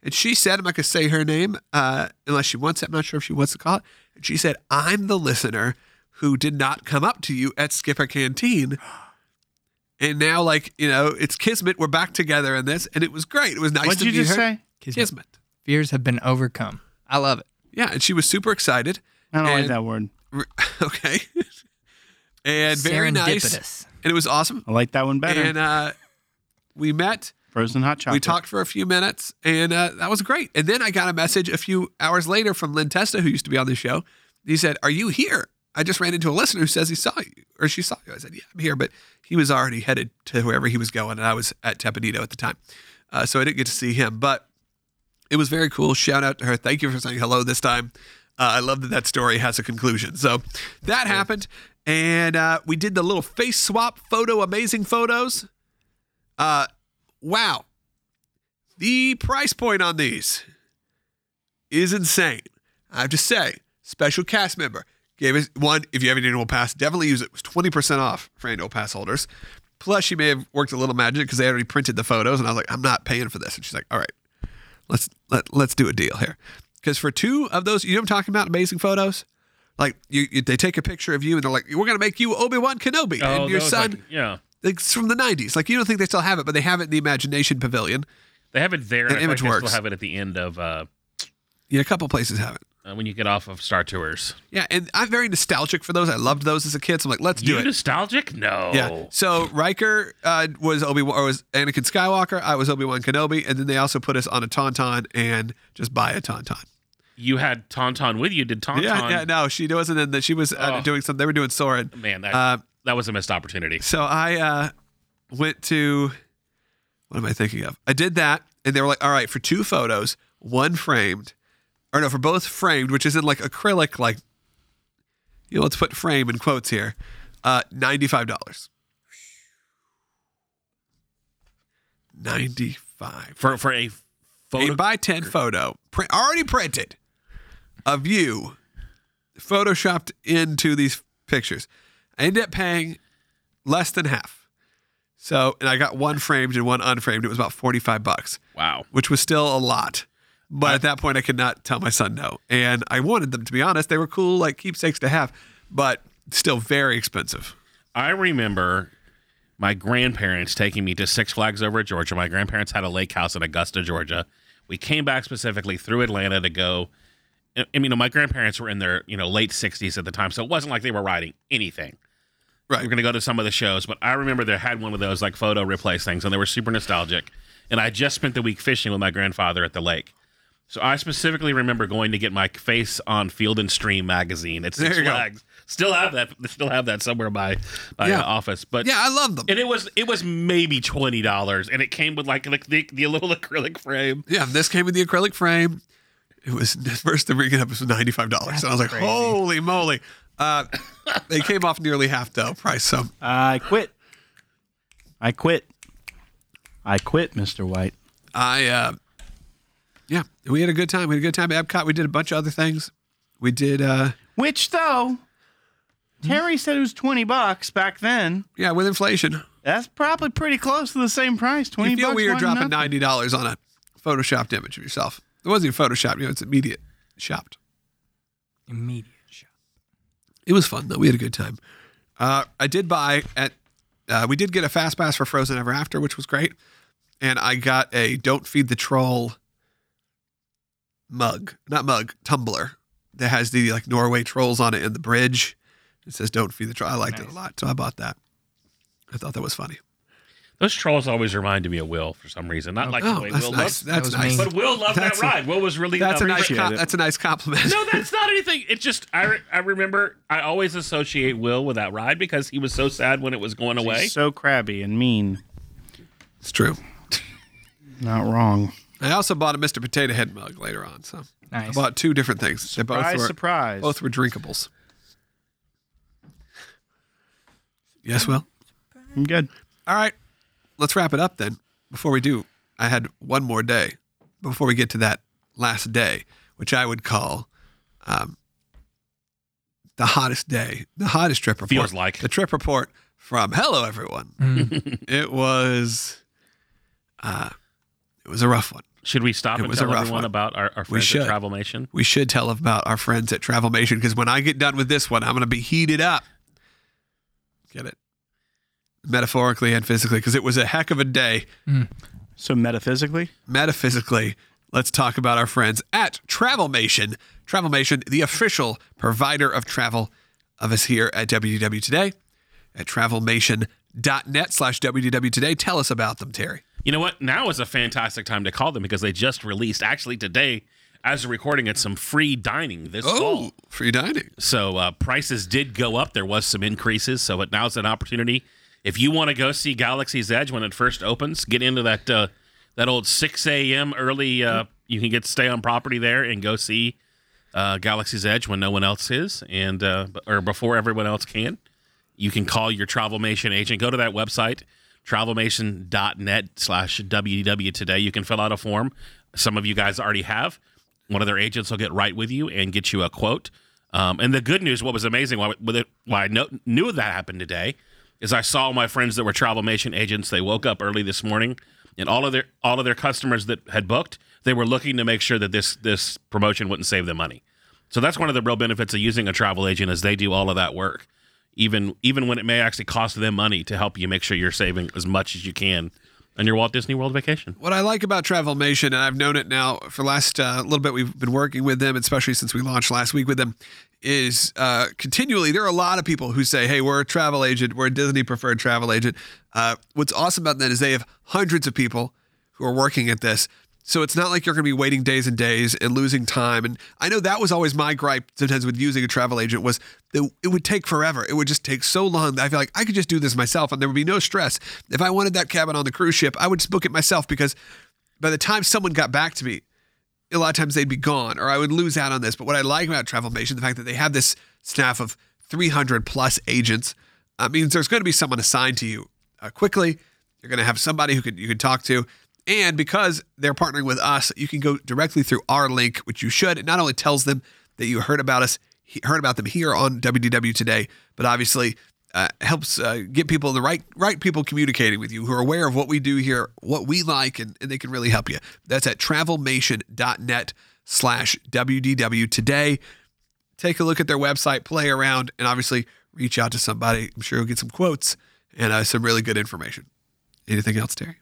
[SPEAKER 1] And she said, I'm not going to say her name uh, unless she wants it. I'm not sure if she wants to call it. And she said, I'm the listener who did not come up to you at Skipper Canteen. And now, like, you know, it's Kismet. We're back together in this. And it was great. It was nice
[SPEAKER 3] What'd
[SPEAKER 1] to
[SPEAKER 3] you
[SPEAKER 1] meet
[SPEAKER 3] just
[SPEAKER 1] her.
[SPEAKER 3] say?
[SPEAKER 1] Kismet.
[SPEAKER 5] Fears have been overcome. I love it.
[SPEAKER 1] Yeah. And she was super excited.
[SPEAKER 3] I don't like
[SPEAKER 1] And-
[SPEAKER 3] that word.
[SPEAKER 1] okay. and very nice.
[SPEAKER 5] Serendipitous.
[SPEAKER 1] And it was awesome.
[SPEAKER 3] I like that one better.
[SPEAKER 1] And uh, we met.
[SPEAKER 3] Frozen hot chocolate.
[SPEAKER 1] We talked for a few minutes, and uh, that was great. And then I got a message a few hours later from Lynn Testa, who used to be on the show. He said, "Are you here?" I just ran into a listener who says he saw you or she saw you. I said, "Yeah, I'm here," but he was already headed to wherever he was going, and I was at Tepanito at the time, uh, so I didn't get to see him. But It was very cool. Shout out to her. Thank you for saying hello this time. Uh, I love that that story has a conclusion. So that happened, and uh, we did the little face swap photo, amazing photos. Uh, wow, the price point on these is insane. I have to say, special cast member gave us one. If you have an annual pass, definitely use it. It was twenty percent off for annual pass holders. Plus, she may have worked a little magic because they already printed the photos, and I was like, I'm not paying for this. And she's like, All right, let's let let's do a deal here. Because for two of those, you know, what I'm talking about amazing photos. Like you, you, they take a picture of you, and they're like, "We're gonna make you Obi Wan Kenobi and your
[SPEAKER 4] that was
[SPEAKER 1] son."
[SPEAKER 4] Oh, like- yeah,
[SPEAKER 1] like, it's from the '90s. Like you don't think they still have it, but they have it in the Imagination Pavilion.
[SPEAKER 4] they have it there.
[SPEAKER 1] And
[SPEAKER 4] And I feel like
[SPEAKER 1] Image
[SPEAKER 4] they
[SPEAKER 1] Works.
[SPEAKER 4] still have it at the end of uh,
[SPEAKER 1] Yeah, a couple places have it.
[SPEAKER 4] uh, when you get off of Star Tours.
[SPEAKER 1] Yeah, and I'm very nostalgic for those. I loved those as a kid. So I'm like, let's do
[SPEAKER 4] you
[SPEAKER 1] it.
[SPEAKER 4] nostalgic? No.
[SPEAKER 1] Yeah. So Riker uh, was Obi Wan, or was Anakin Skywalker. I was Obi Wan Kenobi, and then they also put us on a tauntaun and just buy a tauntaun.
[SPEAKER 4] You had Tauntaun with you. Did Tauntaun?
[SPEAKER 1] Yeah, yeah. No, she wasn't in that. She was uh,
[SPEAKER 4] Oh.
[SPEAKER 1] doing something. They were doing Soren.
[SPEAKER 4] Man, that
[SPEAKER 1] Uh,
[SPEAKER 4] that was a missed opportunity.
[SPEAKER 1] So I uh, went to what am I thinking of? I did that, and they were like, "All right, for two photos, one framed, or no, for both framed, which is in like acrylic, like you know, let's put frame in quotes here, uh, ninety five dollars, ninety five
[SPEAKER 4] For for a
[SPEAKER 1] a
[SPEAKER 4] photo.
[SPEAKER 1] by ten photo, print, already printed, of you, photoshopped into these pictures. I ended up paying less than half. So, and I got one framed and one unframed. It was about forty-five bucks,
[SPEAKER 4] wow.
[SPEAKER 1] which was still a lot. But at that point, I could not tell my son no, and I wanted them to be honest. They were cool, like keepsakes to have, but still very expensive.
[SPEAKER 4] I remember my grandparents taking me to Six Flags over at Georgia. My grandparents had a lake house in Augusta, Georgia. We came back specifically through Atlanta to go. I I mean, you know, my grandparents were in their you know late sixties at the time, so it wasn't like they were riding anything.
[SPEAKER 1] Right.
[SPEAKER 4] We're gonna go to some of the shows, but I remember they had one of those like photo replace things, and they were super nostalgic. And I just spent the week fishing with my grandfather at the lake. So I specifically remember going to get my face on Field and Stream magazine. It's Six
[SPEAKER 1] There you go.
[SPEAKER 4] Flags. Still have that. Still have that somewhere by by
[SPEAKER 1] Yeah.
[SPEAKER 4] uh, office. But
[SPEAKER 1] Yeah, I love them.
[SPEAKER 4] and it was it was maybe twenty dollars, and it came with like like the, the little acrylic frame.
[SPEAKER 1] Yeah, this came with the acrylic frame. It was the first to bring it up was ninety five dollars, and I was like,
[SPEAKER 5] crazy.
[SPEAKER 1] "Holy moly!" Uh, they came off nearly half the price. So
[SPEAKER 3] I quit. I quit. I quit, Mr. White.
[SPEAKER 1] I, uh, yeah, we had a good time. We had a good time at Epcot. We did a bunch of other things. We did, uh,
[SPEAKER 3] Which though, Terry said it was twenty bucks back then.
[SPEAKER 1] yeah, with inflation.
[SPEAKER 3] That's probably pretty close to the same price. Twenty
[SPEAKER 1] You feel
[SPEAKER 3] bucks.
[SPEAKER 1] weird
[SPEAKER 3] wasn't
[SPEAKER 1] dropping
[SPEAKER 3] nothing.
[SPEAKER 1] ninety dollars on a photoshopped image of yourself. It wasn't even photoshopped. You know, it's immediate shopped.
[SPEAKER 5] Immediate shot.
[SPEAKER 1] It was fun though. We had a good time. Uh, I did buy at. Uh, we did get a fast pass for Frozen Ever After, which was great, and I got a "Don't Feed the Troll" mug, not mug, tumbler that has the like Norway trolls on it and the bridge. It says "Don't Feed the Troll." I liked it a lot, so I bought that. I thought that was funny.
[SPEAKER 4] Those trolls always reminded me of Will for some reason. Not like the
[SPEAKER 1] Oh,
[SPEAKER 4] way
[SPEAKER 1] that's
[SPEAKER 4] Will
[SPEAKER 1] nice.
[SPEAKER 4] loves,
[SPEAKER 1] That's
[SPEAKER 5] was
[SPEAKER 1] nice.
[SPEAKER 5] mean.
[SPEAKER 4] but Will loved
[SPEAKER 1] That's a-
[SPEAKER 4] that ride. Will was really
[SPEAKER 1] That's a
[SPEAKER 4] the
[SPEAKER 1] nice.
[SPEAKER 4] reason-
[SPEAKER 1] Com-
[SPEAKER 3] it.
[SPEAKER 1] that's a nice compliment.
[SPEAKER 4] No, that's not anything. It's just I re- I remember I always associate Will with that ride because he was so sad when it was going away.
[SPEAKER 3] He's so crabby and mean.
[SPEAKER 1] It's true.
[SPEAKER 3] Not wrong.
[SPEAKER 1] I also bought a Mr. Potato Head mug later on, so I
[SPEAKER 5] Nice.
[SPEAKER 1] bought two different things. They both
[SPEAKER 3] Surprise,
[SPEAKER 1] were-
[SPEAKER 3] surprise.
[SPEAKER 1] Both were drinkables. Yes, well.
[SPEAKER 3] I'm good.
[SPEAKER 1] All right. Let's wrap it up then. Before we do, I had one more day before we get to that last day, which I would call um, the hottest day, the hottest trip report.
[SPEAKER 4] Feels like.
[SPEAKER 1] The trip report from Hello Everyone. it was uh, it was a rough one.
[SPEAKER 4] Should we stop
[SPEAKER 1] It
[SPEAKER 4] and
[SPEAKER 1] was a
[SPEAKER 4] tell
[SPEAKER 1] rough
[SPEAKER 4] everyone
[SPEAKER 1] one.
[SPEAKER 4] about our, our
[SPEAKER 1] We
[SPEAKER 4] friends
[SPEAKER 1] should.
[SPEAKER 4] at Travelmation?
[SPEAKER 1] We should tell about our friends at Travelmation because when I get done with this one, I'm going to be heated up. Get it? Metaphorically and physically, because it was a heck of a day.
[SPEAKER 3] So metaphysically,
[SPEAKER 1] Metaphysically, let's talk about our friends at Travelmation. Travelmation, the official provider of travel of us here at WDW Today, at travelmation.net slash WDW Today. Tell us about them, Terry.
[SPEAKER 4] You know what? Now is a fantastic time to call them because they just released actually today, as a recording, it's some free dining this
[SPEAKER 1] Oh.
[SPEAKER 4] fall.
[SPEAKER 1] free dining.
[SPEAKER 4] So uh, prices did go up. There was some increases. So it, now's an opportunity. If you want to go see Galaxy's Edge when it first opens, get into that uh, that old six a.m. early uh, you can get to stay on property there and go see uh, Galaxy's Edge when no one else is, and uh, b- or before everyone else can. You can call your Travelmation agent. Go to that website, travelmation.net slash WDW today. You can fill out a form. Some of you guys already have. One of their agents will get right with you and get you a quote. Um, and the good news, what was amazing, why, with it- why I kno- knew that happened today, is I saw my friends that were Travelmation agents. They woke up early this morning, and all of their all of their customers that had booked, they were looking to make sure that this this promotion wouldn't save them money. So that's one of the real benefits of using a travel agent is they do all of that work, even even when it may actually cost them money to help you make sure you're saving as much as you can on your Walt Disney World vacation.
[SPEAKER 1] What I like about Travelmation, and I've known it now for the last uh, little bit, we've been working with them, especially since we launched last week with them, is uh, continually there are a lot of people who say, "Hey, we're a travel agent, we're a Disney preferred travel agent." Uh, what's awesome about that is they have hundreds of people who are working at this. So it's not like you're going to be waiting days and days and losing time. And I know that was always my gripe sometimes with using a travel agent was that it would take forever. It would just take so long that I feel like I could just do this myself and there would be no stress. If I wanted that cabin on the cruise ship, I would just book it myself because by the time someone got back to me, a lot of times they'd be gone or I would lose out on this. But what I like about Travelmation, the fact that they have this staff of 300 plus agents, uh, means there's going to be someone assigned to you uh, quickly. You're going to have somebody who could, you can talk to. And because they're partnering with us, you can go directly through our link, which you should. It not only tells them that you heard about us, he- heard about them here on WDW today, but obviously uh, helps uh, get people the right right people communicating with you who are aware of what we do here, what we like, and, and they can really help you. That's at travelmation.net slash WDW today. Take a look at their website, play around, and obviously reach out to somebody. I'm sure you'll get some quotes and uh, some really good information. Anything else, Terry?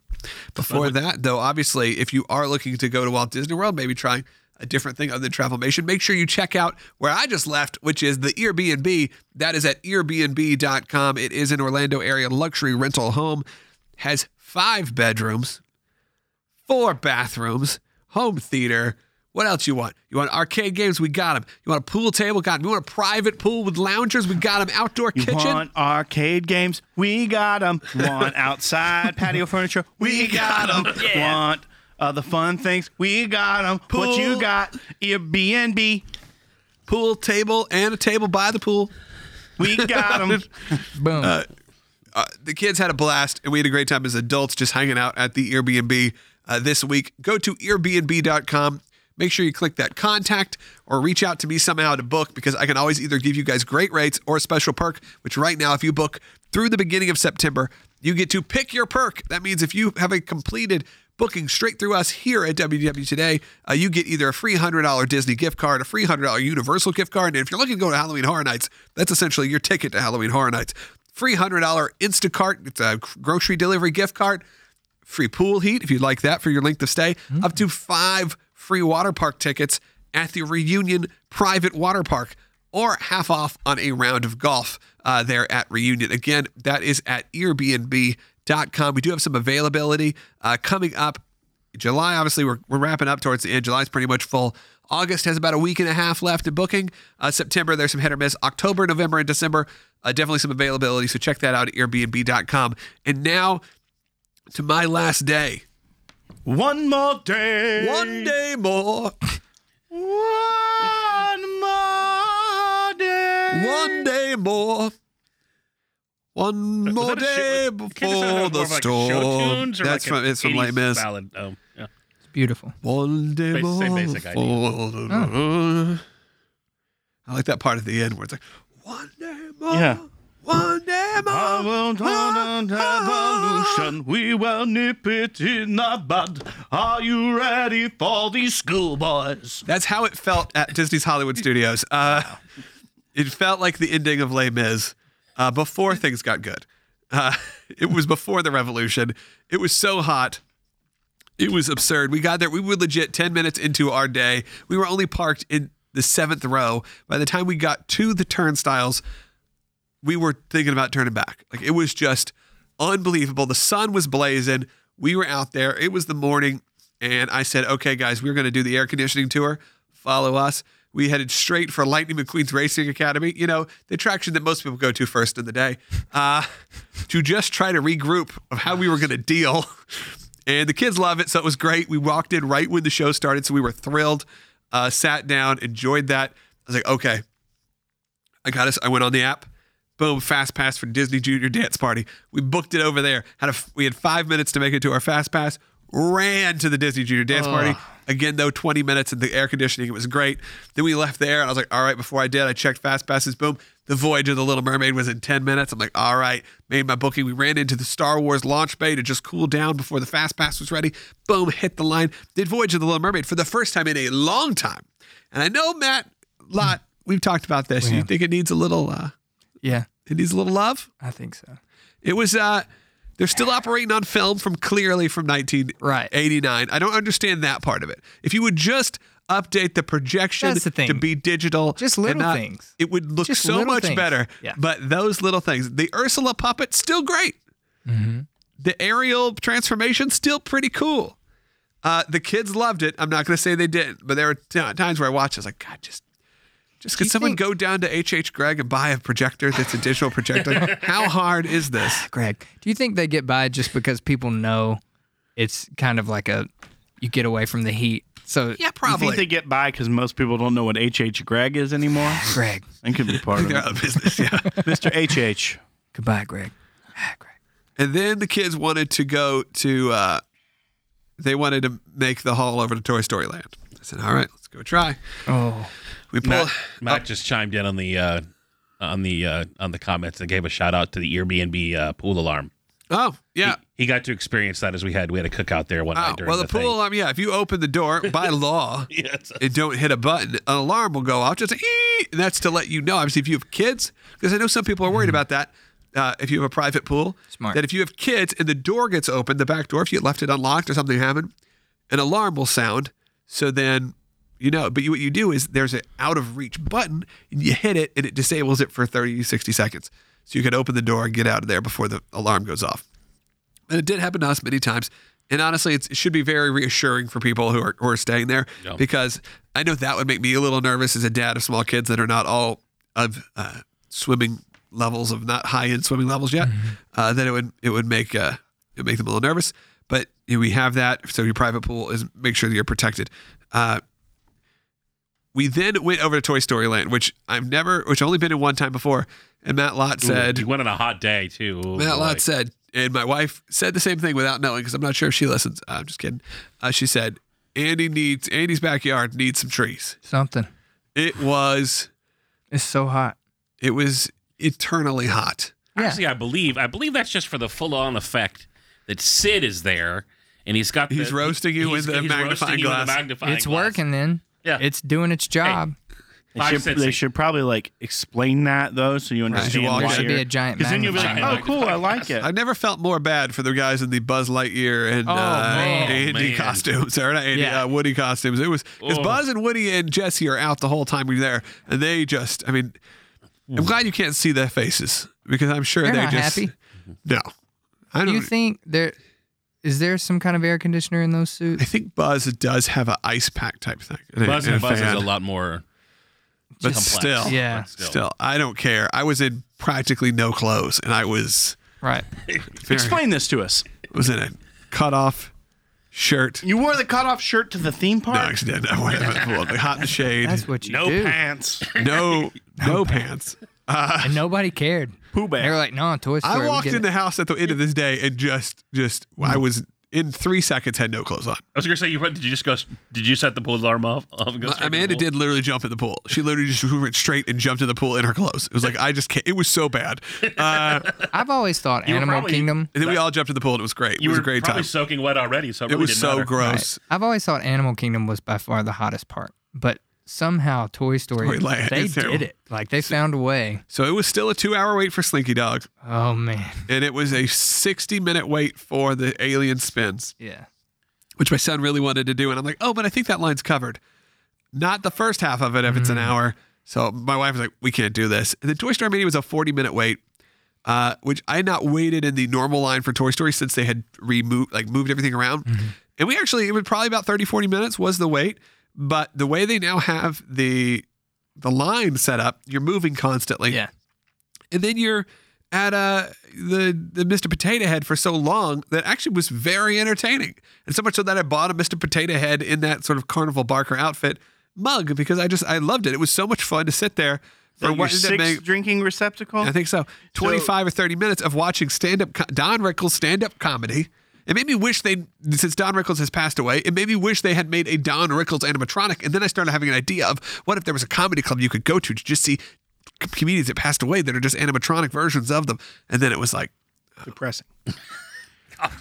[SPEAKER 1] Before that, though, obviously, if you are looking to go to Walt Disney World, maybe trying a different thing other than Travelmation, make sure you check out where I just left, which is the Airbnb. That is at Airbnb.com. It is an Orlando area luxury rental home, has five bedrooms, four bathrooms, home theater. What else you want? You want arcade games? We got them. You want a pool table? Got them. You want a private pool with loungers? We got them. Outdoor kitchen?
[SPEAKER 3] Want arcade games? We got them. Want outside patio furniture? We got them. Want uh, the fun things? We got them. What you
[SPEAKER 1] Pool.
[SPEAKER 3] got? Airbnb.
[SPEAKER 1] Pool table and a table by the pool.
[SPEAKER 3] We got them.
[SPEAKER 5] Boom.
[SPEAKER 1] uh, the kids had a blast and we had a great time as adults just hanging out at the Airbnb uh, this week. Go to airbnb.com. Make sure you click that contact or reach out to me somehow to book because I can always either give you guys great rates or a special perk, which right now, if you book through the beginning of September, you get to pick your perk. That means if you have a completed booking straight through us here at WW Today, uh, you get either a free $100 Disney gift card, a free $100 Universal gift card. And if you're looking to go to Halloween Horror Nights, that's essentially your ticket to Halloween Horror Nights. Free $100 Instacart, it's a grocery delivery gift card, free pool heat if you'd like that for your length of stay, up to five free water park tickets at the Reunion Private Water Park, or half off on a round of golf uh, there at Reunion. Again, that is at Airbnb.com. We do have some availability uh, coming up. July, obviously, we're, we're wrapping up towards the end. July's pretty much full. August has about a week and a half left in booking. Uh, September, there's some hit or miss. October, November, and December, uh, definitely some availability. So check that out at Airbnb.com. And now to my last day.
[SPEAKER 3] One more day.
[SPEAKER 1] One day more.
[SPEAKER 3] One more day.
[SPEAKER 1] One day more. One more
[SPEAKER 4] Was that a show-
[SPEAKER 1] day
[SPEAKER 4] was- Can't this sound
[SPEAKER 1] before
[SPEAKER 4] more
[SPEAKER 1] the
[SPEAKER 4] of like show
[SPEAKER 1] storm.
[SPEAKER 4] tunes or
[SPEAKER 1] That's
[SPEAKER 4] like
[SPEAKER 1] from
[SPEAKER 4] an
[SPEAKER 1] it's from
[SPEAKER 4] 80s
[SPEAKER 1] Les Mis.
[SPEAKER 4] Ballad. Oh, yeah.
[SPEAKER 5] it's beautiful.
[SPEAKER 1] One day
[SPEAKER 4] Bas-
[SPEAKER 1] more.
[SPEAKER 4] same basic idea. Oh.
[SPEAKER 1] before the- I like that part at the end where it's like one day more.
[SPEAKER 3] Yeah.
[SPEAKER 1] One day more.
[SPEAKER 3] I want an evolution. We will nip it in the bud. Are you ready for these schoolboys?
[SPEAKER 1] That's how it felt at Disney's Hollywood Studios. Uh, it felt like the ending of Les Mis uh, before things got good. Uh, it was before the revolution. It was so hot. It was absurd. We got there. We were legit 10 minutes into our day. We were only parked in the seventh row. By the time we got to the turnstiles, we were thinking about turning back. Like it was just unbelievable. The sun was blazing. We were out there. It was the morning. And I said, okay, guys, we're going to do the air conditioning tour. Follow us. We headed straight for Lightning McQueen's Racing Academy, you know, the attraction that most people go to first in the day, uh, to just try to regroup of how we were going to deal And the kids love it, so it was great. We walked in right when the show started, so we were thrilled. Uh, sat down, enjoyed that. I was like, okay, I got us. I went on the app. Boom, fast pass for Disney Junior Dance Party. We booked it over there. Had a, we had five minutes to make it to our fast pass. Ran to the Disney Junior Dance Party. Again, though, 20 minutes in the air conditioning. It was great. Then we left there, and I was like, all right, before I did, I checked fast passes. Boom. The Voyage of the Little Mermaid was in 10 minutes. I'm like, all right, made my booking. We ran into the Star Wars launch bay to just cool down before the fast pass was ready. Boom, hit the line. Did Voyage of the Little Mermaid for the first time in a long time. And I know, Matt, lot, we've talked about this. You think it needs a little, uh,
[SPEAKER 5] Yeah,
[SPEAKER 1] it needs a little love.
[SPEAKER 5] I think so.
[SPEAKER 1] It was uh they're still operating on film from clearly from 1989. I don't understand that part of it. If you would just update the projection
[SPEAKER 5] That's the thing.
[SPEAKER 1] to be digital,
[SPEAKER 5] Just
[SPEAKER 1] and
[SPEAKER 5] little things.
[SPEAKER 1] it would look
[SPEAKER 5] Just
[SPEAKER 1] so
[SPEAKER 5] little
[SPEAKER 1] much
[SPEAKER 5] things.
[SPEAKER 1] better.
[SPEAKER 5] Yeah.
[SPEAKER 1] But those little things, the Ursula puppet, still great.
[SPEAKER 5] Mm-hmm.
[SPEAKER 1] The aerial transformation, still pretty cool. Uh, the kids loved it. I'm not going to say they didn't, but there were t- times where I watched. I was like, God, just, just could
[SPEAKER 5] you
[SPEAKER 1] someone
[SPEAKER 5] think-
[SPEAKER 1] go down to HH Gregg and buy a projector that's a digital projector? How hard is this?
[SPEAKER 5] Greg, do you think they get by just because people know it's kind of like a you get away from the heat? So
[SPEAKER 1] Yeah,
[SPEAKER 3] I think
[SPEAKER 1] probably.
[SPEAKER 3] they get by because most people don't know what HH Greg is anymore.
[SPEAKER 5] Greg,
[SPEAKER 3] And could be part of
[SPEAKER 1] They're
[SPEAKER 3] it.
[SPEAKER 1] out of business. Yeah.
[SPEAKER 3] Mr. HH.
[SPEAKER 5] goodbye, Greg. Ah, Greg.
[SPEAKER 1] and then the kids wanted to go to. Uh, they wanted to make the haul over to Toy Story Land. I said, "All right, let's go try."
[SPEAKER 5] Oh,
[SPEAKER 1] We pull.
[SPEAKER 4] Matt, Matt just chimed in on the uh, on the uh, on the comments and gave a shout out to the Airbnb uh, pool alarm.
[SPEAKER 1] Oh yeah.
[SPEAKER 4] He got to experience that as we had we had a cookout there one
[SPEAKER 1] Oh,
[SPEAKER 4] night during
[SPEAKER 1] well, the,
[SPEAKER 4] the,
[SPEAKER 1] pool
[SPEAKER 4] Thing.
[SPEAKER 1] alarm. Yeah, if you open the door by law
[SPEAKER 4] Yes.
[SPEAKER 1] and don't hit a button, an alarm will go off. Just like, "Ee!" and that's to let you know. Obviously, if you have kids, because I know some people are worried
[SPEAKER 4] Mm-hmm.
[SPEAKER 1] about that. Uh, if you have a private pool,
[SPEAKER 5] Smart.
[SPEAKER 1] that if you have kids and the door gets open, the back door, if you left it unlocked or something happened, an alarm will sound. So then, you know, but you, what you do is there's an out of reach button and you hit it and it disables it for 30, 60 seconds. So you can open the door and get out of there before the alarm goes off. And it did happen to us many times. And honestly, it's, it should be very reassuring for people who are, who are staying there because I know that would make me a little nervous as a dad of small kids that are not all of uh, swimming levels of not high end swimming levels yet. Uh, that it would it would make uh, it would make them a little nervous. But you know, we have that, so your private pool is make sure that you're protected. Uh, we then went over to Toy Story Land, which I've never, which I've only been in one time before. And Matt Lott said,
[SPEAKER 4] He went on a hot day too. Ooh,
[SPEAKER 1] Matt Lott
[SPEAKER 4] boy.
[SPEAKER 1] said, and my wife said the same thing without knowing because I'm not sure if she listens. I'm just kidding. Uh, she said, Andy needs Andy's backyard needs some trees.
[SPEAKER 5] something.
[SPEAKER 1] It was
[SPEAKER 5] It's so hot.
[SPEAKER 1] it was eternally hot.
[SPEAKER 4] Actually, I believe I believe that's just for the full on effect that Sid is there and he's got the,
[SPEAKER 1] He's roasting you
[SPEAKER 4] he's-
[SPEAKER 1] with the
[SPEAKER 4] he's
[SPEAKER 1] magnifying
[SPEAKER 4] roasting you with the
[SPEAKER 1] glass.
[SPEAKER 4] magnifying
[SPEAKER 5] it's
[SPEAKER 4] glass.
[SPEAKER 5] working then.
[SPEAKER 4] Yeah.
[SPEAKER 5] It's doing its job.
[SPEAKER 3] They
[SPEAKER 4] Five
[SPEAKER 3] should,
[SPEAKER 4] cents
[SPEAKER 3] they
[SPEAKER 4] each.
[SPEAKER 3] should probably like explain that though, so you understand
[SPEAKER 1] There
[SPEAKER 3] why
[SPEAKER 5] should be
[SPEAKER 3] you're-
[SPEAKER 5] a giant
[SPEAKER 3] 'cause then you'll be like,
[SPEAKER 5] magnifying
[SPEAKER 3] "Oh, cool, I like it."
[SPEAKER 1] I've never felt more bad for the guys in the Buzz Lightyear and uh,
[SPEAKER 5] Oh, man.
[SPEAKER 1] Andy
[SPEAKER 4] Man.
[SPEAKER 1] costumes, or not Andy,
[SPEAKER 5] Yeah.
[SPEAKER 1] uh, Woody costumes. It was because
[SPEAKER 4] Oh.
[SPEAKER 1] Buzz and Woody and Jesse are out the whole time we were there, and they just, I mean, I'm glad you can't see their faces because I'm sure
[SPEAKER 5] Mm. They're
[SPEAKER 1] they
[SPEAKER 5] not
[SPEAKER 1] just
[SPEAKER 5] happy.
[SPEAKER 1] no. I
[SPEAKER 5] Do
[SPEAKER 1] don't.
[SPEAKER 5] you think there is there some kind of air conditioner in those
[SPEAKER 1] I
[SPEAKER 5] suits?
[SPEAKER 1] think Buzz does have an ice pack type thing. and a-
[SPEAKER 4] Buzz
[SPEAKER 1] and
[SPEAKER 4] and Buzz
[SPEAKER 1] fan.
[SPEAKER 4] is a lot more
[SPEAKER 1] but
[SPEAKER 4] complex.
[SPEAKER 1] still,
[SPEAKER 5] Yeah.
[SPEAKER 1] still, I don't care. I was in practically no clothes, and I was
[SPEAKER 5] Right.
[SPEAKER 1] very,
[SPEAKER 3] Explain this to us.
[SPEAKER 1] was in a cutoff shirt.
[SPEAKER 3] You wore the cutoff shirt to the theme
[SPEAKER 1] No,
[SPEAKER 3] park.
[SPEAKER 1] actually, I didn't. I wore it in the pool. Like, hot in the shade.
[SPEAKER 5] That's what you
[SPEAKER 3] No
[SPEAKER 5] do.
[SPEAKER 3] pants.
[SPEAKER 1] no, no pants.
[SPEAKER 5] And nobody cared.
[SPEAKER 3] Pooh
[SPEAKER 5] They were
[SPEAKER 3] Bear.
[SPEAKER 5] like, no, Toy Story.
[SPEAKER 1] I
[SPEAKER 5] we
[SPEAKER 1] walked
[SPEAKER 5] get
[SPEAKER 1] in
[SPEAKER 5] it."
[SPEAKER 1] the house at the end of this day and just, just, I was in three seconds had no clothes on.
[SPEAKER 4] I was gonna say you did you just go did you set the pool alarm off? off and go straight to the
[SPEAKER 1] Amanda
[SPEAKER 4] pool?
[SPEAKER 1] did literally jump in the pool. She literally just went straight and jumped in the pool in her clothes. It was like I just can't. It was so bad. Uh,
[SPEAKER 5] I've always thought
[SPEAKER 4] were
[SPEAKER 5] Animal
[SPEAKER 4] probably-
[SPEAKER 5] Kingdom.
[SPEAKER 1] and then we all jumped in the pool and it was great. It
[SPEAKER 4] You
[SPEAKER 1] was
[SPEAKER 4] were
[SPEAKER 1] a great
[SPEAKER 4] probably
[SPEAKER 1] time.
[SPEAKER 4] soaking wet already, so Oh, it,
[SPEAKER 1] it
[SPEAKER 4] really
[SPEAKER 1] was
[SPEAKER 4] didn't
[SPEAKER 1] so
[SPEAKER 4] matter.
[SPEAKER 1] gross.
[SPEAKER 5] I've always thought Animal Kingdom was by far the hottest part, but somehow Toy Story
[SPEAKER 1] Storyland
[SPEAKER 5] they
[SPEAKER 1] is terrible.
[SPEAKER 5] did it. Like they found a way.
[SPEAKER 1] So it was still a two-hour wait for Slinky Dog,
[SPEAKER 5] Oh man,
[SPEAKER 1] and it was a 60-minute wait for the Alien Spins,
[SPEAKER 5] yeah.
[SPEAKER 1] which my son really wanted to do, and I'm like, oh, but I think that line's covered. Not the first half of it if it's
[SPEAKER 4] Mm.
[SPEAKER 1] an hour. So my wife was like, we can't do this. And then Toy Story Mania was a 40-minute wait. uh, which I had not waited in the normal line for Toy Story since they had removed, like moved everything around.
[SPEAKER 4] Mm-hmm.
[SPEAKER 1] And we actually, it was probably about 30, 40 minutes was the wait. But the way they now have the the line set up, you're moving constantly.
[SPEAKER 5] Yeah.
[SPEAKER 1] And then you're at uh, the the Mr. Potato Head for so long that actually was very entertaining, and so much so that I bought a Mr. Potato Head in that sort of carnival barker outfit mug because I just I loved it. It was so much fun to sit there for
[SPEAKER 3] Your
[SPEAKER 1] what ended up
[SPEAKER 3] sixth
[SPEAKER 1] being-
[SPEAKER 3] drinking receptacle.
[SPEAKER 1] I think so. 25 or 30 minutes of watching stand up, Don Rickles stand up comedy. It made me wish they, since Don Rickles has passed away, it made me wish they had made a Don Rickles animatronic. And then I started having an idea of what if there was a comedy club you could go to to just see comedians that passed away that are just animatronic versions of them. And then it was like,
[SPEAKER 3] depressing.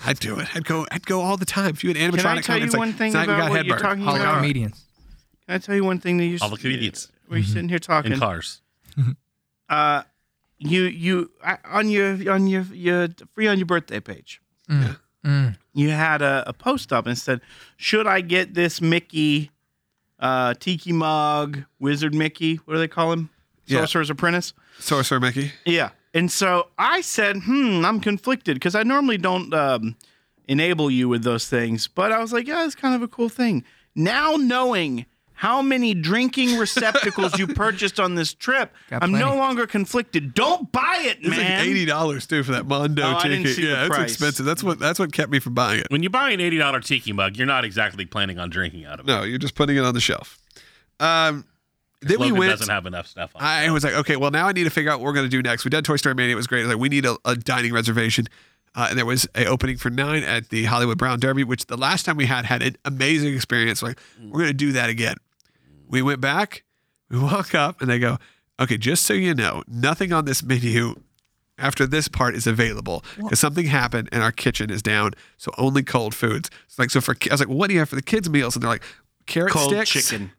[SPEAKER 1] I'd do it. I'd go. I'd go all the time. If you had animatronic,
[SPEAKER 3] Can I tell
[SPEAKER 1] comedy,
[SPEAKER 3] you
[SPEAKER 1] it's like,
[SPEAKER 3] one thing
[SPEAKER 1] "Tonight we
[SPEAKER 3] about
[SPEAKER 1] got
[SPEAKER 3] what you're
[SPEAKER 1] Hedberg."
[SPEAKER 3] talking
[SPEAKER 5] All the
[SPEAKER 3] about?
[SPEAKER 5] comedians.
[SPEAKER 3] Can I tell you one thing that you
[SPEAKER 4] All the comedians.
[SPEAKER 3] We're sitting here talking.
[SPEAKER 4] in cars.
[SPEAKER 3] Uh, you you I- on your on your your free on your birthday page.
[SPEAKER 5] Mm. Mm.
[SPEAKER 3] You had a, a post up and said, "Should I get this Mickey, uh, Tiki mug, Wizard Mickey? What do they call him?
[SPEAKER 1] Yeah.
[SPEAKER 3] Sorcerer's Apprentice."
[SPEAKER 1] Sorcerer Mickey.
[SPEAKER 3] Yeah. And so I said, hmm, I'm conflicted because I normally don't um, enable you with those things. But I was like, yeah, it's kind of a cool thing. Now knowing how many drinking receptacles you purchased on this trip,
[SPEAKER 5] Got
[SPEAKER 3] I'm no
[SPEAKER 5] plenty.
[SPEAKER 3] longer conflicted. Don't buy it,
[SPEAKER 1] It's
[SPEAKER 3] man.
[SPEAKER 1] like eighty dollars too for that Mondo
[SPEAKER 3] Oh, I
[SPEAKER 1] ticket.
[SPEAKER 3] didn't see the
[SPEAKER 1] yeah, it's
[SPEAKER 3] price.
[SPEAKER 1] expensive. That's what that's what kept me from buying it.
[SPEAKER 4] When you buy an eighty dollar tiki mug, you're not exactly planning on drinking out of it.
[SPEAKER 1] No, you're just putting it on the shelf. Um, then we
[SPEAKER 4] Logan
[SPEAKER 1] went.
[SPEAKER 4] doesn't have enough stuff. on
[SPEAKER 1] I was like, okay, well now I need to figure out what we're gonna do next. We did Toy Story Mania. It was great. Like we need a, a dining reservation. Uh, and there was a opening for nine at the Hollywood Brown Derby, which the last time we had had an amazing experience. Like we're gonna do that again. We went back. We walk up and they go, okay, just so you know, nothing on this menu after this part is available because something happened and our kitchen is down, so only cold foods. It's like so for ki- I was like, well, what do you have for the kids' meals? And they're like, carrot
[SPEAKER 3] Cold
[SPEAKER 1] sticks,
[SPEAKER 3] chicken.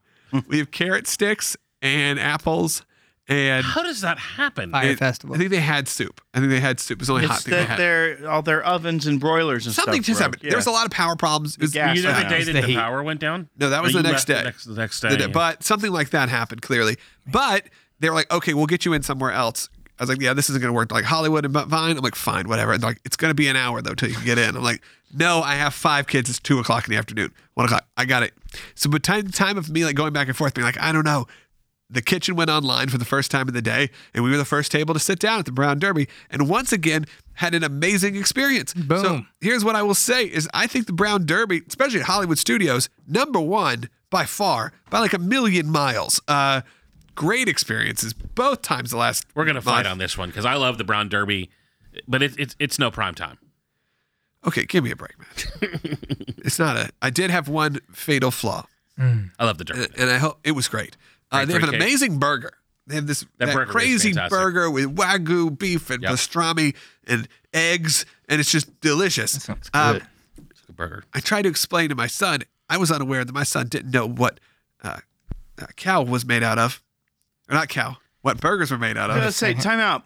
[SPEAKER 1] we have carrot sticks and apples and
[SPEAKER 4] How does that happen?
[SPEAKER 5] Fire
[SPEAKER 1] it-
[SPEAKER 5] festival.
[SPEAKER 1] I think they had soup. I think they had soup. It was the only hot
[SPEAKER 3] It's
[SPEAKER 1] thing they
[SPEAKER 3] that
[SPEAKER 1] had.
[SPEAKER 3] their all their ovens and broilers and
[SPEAKER 1] Something
[SPEAKER 3] stuff.
[SPEAKER 1] just happened. There was a lot of power problems. It was-
[SPEAKER 3] gas
[SPEAKER 4] you know the
[SPEAKER 3] Yeah,
[SPEAKER 4] day
[SPEAKER 5] it's
[SPEAKER 4] that
[SPEAKER 5] the
[SPEAKER 4] the,
[SPEAKER 5] heat.
[SPEAKER 4] power went down?
[SPEAKER 1] No, that was
[SPEAKER 4] Or
[SPEAKER 1] the
[SPEAKER 4] you
[SPEAKER 1] next
[SPEAKER 4] left
[SPEAKER 1] day.
[SPEAKER 4] The next, the next day.
[SPEAKER 1] the- But something like that happened clearly. But they were like, okay, we'll get you in somewhere else. I was like, yeah, this isn't going to work. They're Like Hollywood and Vine. I'm like, fine, whatever. And they're like, it's going to be an hour though till you can get in. I'm like, no, I have five kids. It's two o'clock in the afternoon. One o'clock. I got it. So by the time of me like going back and forth, being like, I don't know. The kitchen went online for the first time of the day, and we were the first table to sit down at the Brown Derby, and once again had an amazing experience. So
[SPEAKER 5] Boom.
[SPEAKER 1] here's what I will say is I think the Brown Derby, especially at Hollywood Studios, number one by far, by like a million miles. Uh, great experiences both times the last
[SPEAKER 4] We're gonna fight
[SPEAKER 1] month.
[SPEAKER 4] on this one because I love the Brown Derby, but it's it's it's no prime time.
[SPEAKER 1] Okay, give me a break, man. it's not a I did have one fatal flaw.
[SPEAKER 4] I love the Derby.
[SPEAKER 1] and, and I hope it was great. Uh,
[SPEAKER 4] Great
[SPEAKER 1] they have an
[SPEAKER 4] fruitcake.
[SPEAKER 1] amazing burger. They have this that
[SPEAKER 4] That burger is
[SPEAKER 1] crazy
[SPEAKER 4] fantastic.
[SPEAKER 1] burger with wagyu beef and
[SPEAKER 4] Yep.
[SPEAKER 1] pastrami and eggs, and it's just delicious.
[SPEAKER 5] sounds
[SPEAKER 1] Um,
[SPEAKER 5] good.
[SPEAKER 4] It's a burger.
[SPEAKER 1] I tried to explain to my son. I was unaware that my son didn't know what uh, uh, cow was made out of, or not cow. What burgers were made out
[SPEAKER 3] I was
[SPEAKER 1] of? Uh,
[SPEAKER 3] gonna say, time out.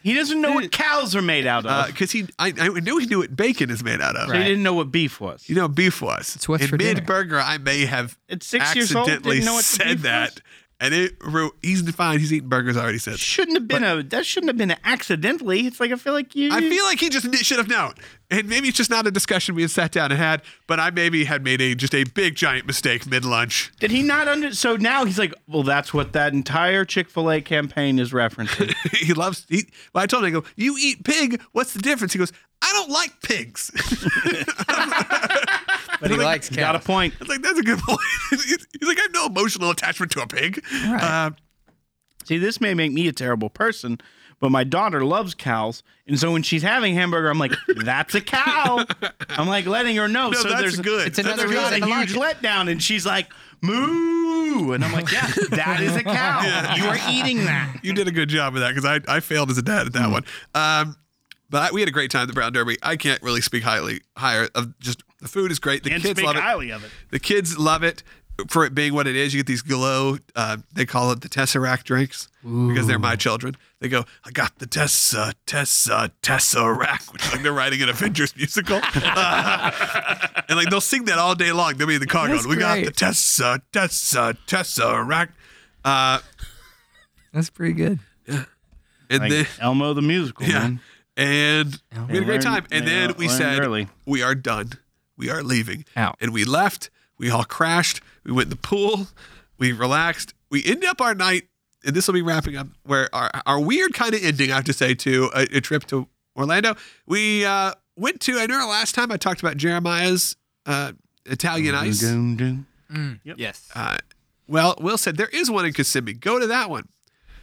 [SPEAKER 3] He doesn't know what cows are made out of.
[SPEAKER 1] Because Uh, he, I, I knew he knew what bacon is made out of.
[SPEAKER 3] so he didn't know what beef was.
[SPEAKER 1] You know, what beef was.
[SPEAKER 5] It's what's
[SPEAKER 1] In
[SPEAKER 5] for dinner.
[SPEAKER 1] mid burger, I may have
[SPEAKER 3] At six years old,
[SPEAKER 1] accidentally
[SPEAKER 3] didn't know what the
[SPEAKER 1] said
[SPEAKER 3] beef
[SPEAKER 1] that,
[SPEAKER 3] was?
[SPEAKER 1] and it. ru- He's fine. He's eating burgers already. Said
[SPEAKER 3] shouldn't have been a that shouldn't have been an accidentally. It's like I feel like you
[SPEAKER 1] I feel like he just kn- should have known. And maybe it's just not a discussion we had sat down and had, but I maybe had made a just a big giant mistake mid lunch.
[SPEAKER 3] did he not under so now he's like, Well, that's what that entire Chick-fil-A campaign is referencing.
[SPEAKER 1] he loves he well, I told him, I go, You eat pig, what's the difference? He goes, I don't like pigs.
[SPEAKER 5] But he likes
[SPEAKER 3] Got a
[SPEAKER 5] cows.
[SPEAKER 3] point.
[SPEAKER 1] It's like that's a good point. He's like, I have no emotional attachment to a pig.
[SPEAKER 5] Right.
[SPEAKER 1] Uh,
[SPEAKER 3] See, this may make me a terrible person, but my daughter loves cows. And so when she's having hamburger, I'm like, that's a cow. I'm like letting her know.
[SPEAKER 1] no,
[SPEAKER 3] so
[SPEAKER 1] that's
[SPEAKER 3] there's
[SPEAKER 1] good.
[SPEAKER 5] it's an-
[SPEAKER 3] That's
[SPEAKER 5] Another
[SPEAKER 3] not a
[SPEAKER 5] reason to
[SPEAKER 3] huge letdown. And she's like, moo. And I'm like, yeah, that is a cow. You are eating that.
[SPEAKER 1] you did a good job of that because I, I failed as a dad at
[SPEAKER 3] Hmm.
[SPEAKER 1] that one. Um, but I, we had a great time at the Brown Derby. I can't really speak highly higher of just the food is great. The
[SPEAKER 3] And
[SPEAKER 1] kids
[SPEAKER 3] speak
[SPEAKER 1] love it.
[SPEAKER 3] highly of it.
[SPEAKER 1] The kids love it for it being what it is. You get these glow, uh, they call it the Tesseract drinks because they're my children. They go, I got the Tessa, Tessa, Tesseract, which is like they're writing an Avengers musical. Uh, and like they'll sing that all day long. They'll be in the car
[SPEAKER 5] That's
[SPEAKER 1] going, We got the
[SPEAKER 5] great.
[SPEAKER 1] Tessa, Tessa, Tesseract. Uh,
[SPEAKER 5] That's pretty good.
[SPEAKER 1] and
[SPEAKER 3] Like
[SPEAKER 1] then.
[SPEAKER 3] Elmo the musical,
[SPEAKER 1] Yeah.
[SPEAKER 3] man.
[SPEAKER 1] And we had a great
[SPEAKER 3] Learn-
[SPEAKER 1] time. And
[SPEAKER 3] they
[SPEAKER 1] then
[SPEAKER 3] learn-
[SPEAKER 1] we
[SPEAKER 3] learn
[SPEAKER 1] said,
[SPEAKER 3] early.
[SPEAKER 1] we are done. We are leaving.
[SPEAKER 5] Out.
[SPEAKER 1] And we left. We all crashed. We went in the pool. We relaxed. We ended up our night and this will be wrapping up where our, our weird kind of ending, I have to say, to a, a trip to Orlando. We uh, went to, I know last time I talked about Jeremiah's uh, Italian Ice.
[SPEAKER 5] Yes.
[SPEAKER 1] Uh, well, Will said there is one in Kissimmee. Go to that one.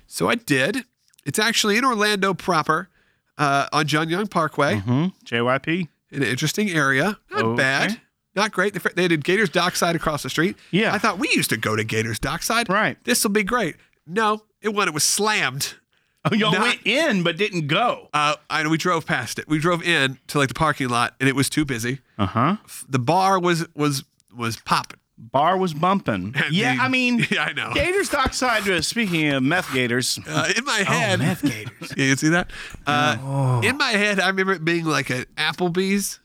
[SPEAKER 1] So I did. It's actually in Orlando proper uh, on John Young Parkway,
[SPEAKER 3] hmm JYP.
[SPEAKER 1] in an interesting area. Not
[SPEAKER 3] Mm-hmm. Okay.
[SPEAKER 1] bad. Not great. They- They did Gators Dockside across the street.
[SPEAKER 3] Yeah.
[SPEAKER 1] I thought we used to go to Gators Dockside.
[SPEAKER 3] Right.
[SPEAKER 1] This will be great. No, it won. It was slammed.
[SPEAKER 3] Oh, y'all
[SPEAKER 1] Not-
[SPEAKER 3] went in but didn't go.
[SPEAKER 1] Uh, and we drove past it. We drove in to like the parking lot, and it was too busy.
[SPEAKER 3] Uh huh.
[SPEAKER 1] The bar was was was popping.
[SPEAKER 3] Bar was bumping. yeah, I mean,
[SPEAKER 1] yeah, I know.
[SPEAKER 3] Gators Dockside. uh, Speaking of meth Gators,
[SPEAKER 1] Uh, in my head,
[SPEAKER 5] Oh, meth gators. Oh.
[SPEAKER 1] Yeah, you see that? Uh, In my head, I remember it being like an Applebee's.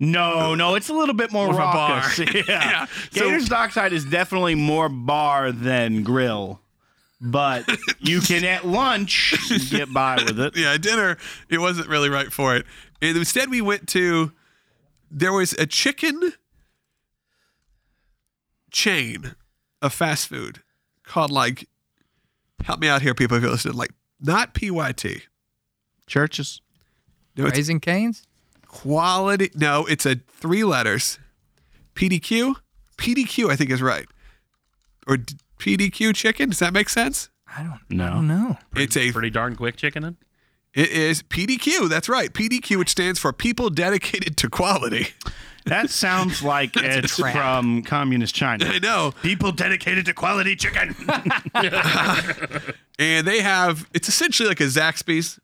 [SPEAKER 3] no, no, it's a little bit more,
[SPEAKER 1] More of a
[SPEAKER 3] raucous.
[SPEAKER 1] bar.
[SPEAKER 3] Yeah.
[SPEAKER 1] Yeah, so-
[SPEAKER 3] Gators Dockside is definitely more bar than grill, but you can at lunch get by with it.
[SPEAKER 1] Yeah, at dinner, it wasn't really right for it. And instead, we went to there was a chicken chain of fast food called like, help me out here, people, if you're listening, like not PYT.
[SPEAKER 3] Churches.
[SPEAKER 1] No, it's
[SPEAKER 5] Raising Canes?
[SPEAKER 1] quality. No, it's a three letters. PDQ? PDQ, I think is right. Or d- PDQ chicken? Does that make sense?
[SPEAKER 5] I don't, I
[SPEAKER 3] No.
[SPEAKER 5] don't know.
[SPEAKER 1] It's a
[SPEAKER 4] Pretty darn quick chicken. Then.
[SPEAKER 1] It is PDQ. That's right. PDQ, which stands for People Dedicated to Quality.
[SPEAKER 3] That sounds like it's
[SPEAKER 5] trap.
[SPEAKER 3] from communist China.
[SPEAKER 1] I know.
[SPEAKER 3] People dedicated to quality chicken.
[SPEAKER 1] And they have, it's essentially like a Zaxby's.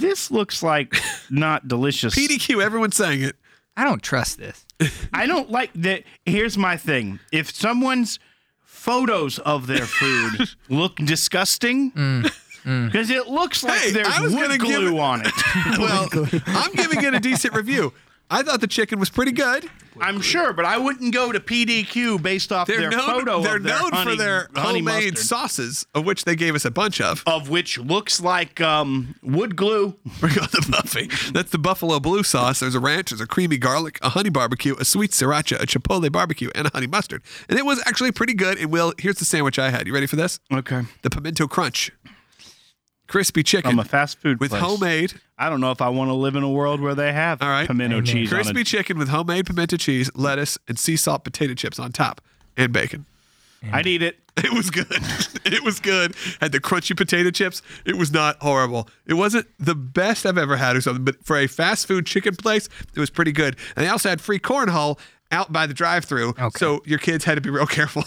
[SPEAKER 3] this looks like not delicious.
[SPEAKER 1] PDQ, everyone's saying it.
[SPEAKER 5] I don't trust this.
[SPEAKER 3] I don't like that. Here's my thing: if someone's photos of their food look disgusting, because it looks like
[SPEAKER 1] Mm, Hey, I
[SPEAKER 3] there's
[SPEAKER 1] was
[SPEAKER 3] wood
[SPEAKER 1] gonna give
[SPEAKER 3] glue
[SPEAKER 1] it-
[SPEAKER 3] on it.
[SPEAKER 1] Well, I'm giving it a decent review. I thought the chicken was pretty good.
[SPEAKER 3] I'm sure, but I wouldn't go to PDQ based off
[SPEAKER 1] They're
[SPEAKER 3] their
[SPEAKER 1] known,
[SPEAKER 3] photo.
[SPEAKER 1] they're
[SPEAKER 3] of their
[SPEAKER 1] known
[SPEAKER 3] honey-
[SPEAKER 1] for their
[SPEAKER 3] honey
[SPEAKER 1] homemade
[SPEAKER 3] mustard,
[SPEAKER 1] sauces, of which they gave us a bunch of.
[SPEAKER 3] of which looks like um, wood glue.
[SPEAKER 1] We got the buffy. That's the buffalo blue sauce. There's a ranch, there's a creamy garlic, a honey barbecue, a sweet sriracha, a chipotle barbecue, and a honey mustard. And it was actually pretty good. And Will, here's the sandwich I had. You ready for this?
[SPEAKER 3] Okay,
[SPEAKER 1] the pimento crunch, crispy chicken
[SPEAKER 3] I'm a fast food
[SPEAKER 1] with
[SPEAKER 3] place.
[SPEAKER 1] homemade.
[SPEAKER 3] I don't know if I want to live in a world where they have
[SPEAKER 1] All right.
[SPEAKER 3] pimento cheese on
[SPEAKER 1] Crispy
[SPEAKER 3] it.
[SPEAKER 1] chicken with homemade pimento cheese, lettuce, and sea salt potato chips on top, and bacon.
[SPEAKER 3] I need it.
[SPEAKER 1] It was good. it was good. Had the crunchy potato chips. It was not horrible. It wasn't the best I've ever had or something, but for a fast food chicken place, it was pretty good. And they also had free cornhole out by the drive-through,
[SPEAKER 5] Okay.
[SPEAKER 1] so your kids had to be real careful.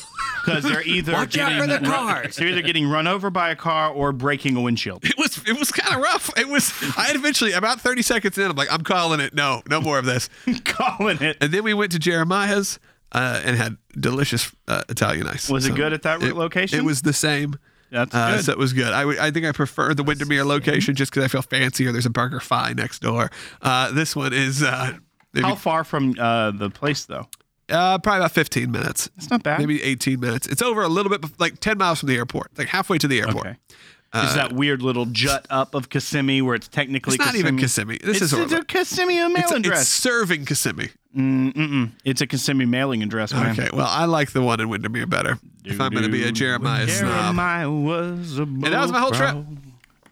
[SPEAKER 3] because they're either
[SPEAKER 5] Watch out
[SPEAKER 3] getting
[SPEAKER 5] for the
[SPEAKER 3] run-
[SPEAKER 5] cars.
[SPEAKER 3] they're either getting run over by a car or breaking a windshield.
[SPEAKER 1] it was it was kind of rough. It was. I had eventually about thirty seconds in. I'm like, I'm calling it. No, no more of this.
[SPEAKER 3] Calling it.
[SPEAKER 1] And then we went to Jeremiah's uh, and had delicious uh, Italian ice.
[SPEAKER 3] Was it good at that
[SPEAKER 1] it-
[SPEAKER 3] location?
[SPEAKER 1] It was the same.
[SPEAKER 3] That's
[SPEAKER 1] Uh,
[SPEAKER 3] good.
[SPEAKER 1] So it was good. I, would- I think I prefer the Windermere location just because I feel fancier. There's a Burger Fi next door. Uh, this one is uh, maybe,
[SPEAKER 3] How far from uh, the place though?
[SPEAKER 1] uh, probably about 15 minutes,
[SPEAKER 3] It's not bad.
[SPEAKER 1] maybe 18 minutes. It's over a little bit, bef- like 10 miles from the airport, like halfway to the airport.
[SPEAKER 3] okay. is that weird little jut up of Kissimmee where it's technically
[SPEAKER 1] uh, It's not even Kissimmee. This
[SPEAKER 3] It's,
[SPEAKER 1] is
[SPEAKER 3] it's a
[SPEAKER 1] Orlando.
[SPEAKER 3] Kissimmee mail
[SPEAKER 1] It's, it's
[SPEAKER 3] address.
[SPEAKER 1] serving Kissimmee.
[SPEAKER 3] Mm-mm. It's a Kissimmee mailing address, man.
[SPEAKER 1] Okay, well, I like the one in Windermere better. if I'm going to be a Jeremiah snob.
[SPEAKER 3] Jeremiah was a And
[SPEAKER 1] that was my whole trip.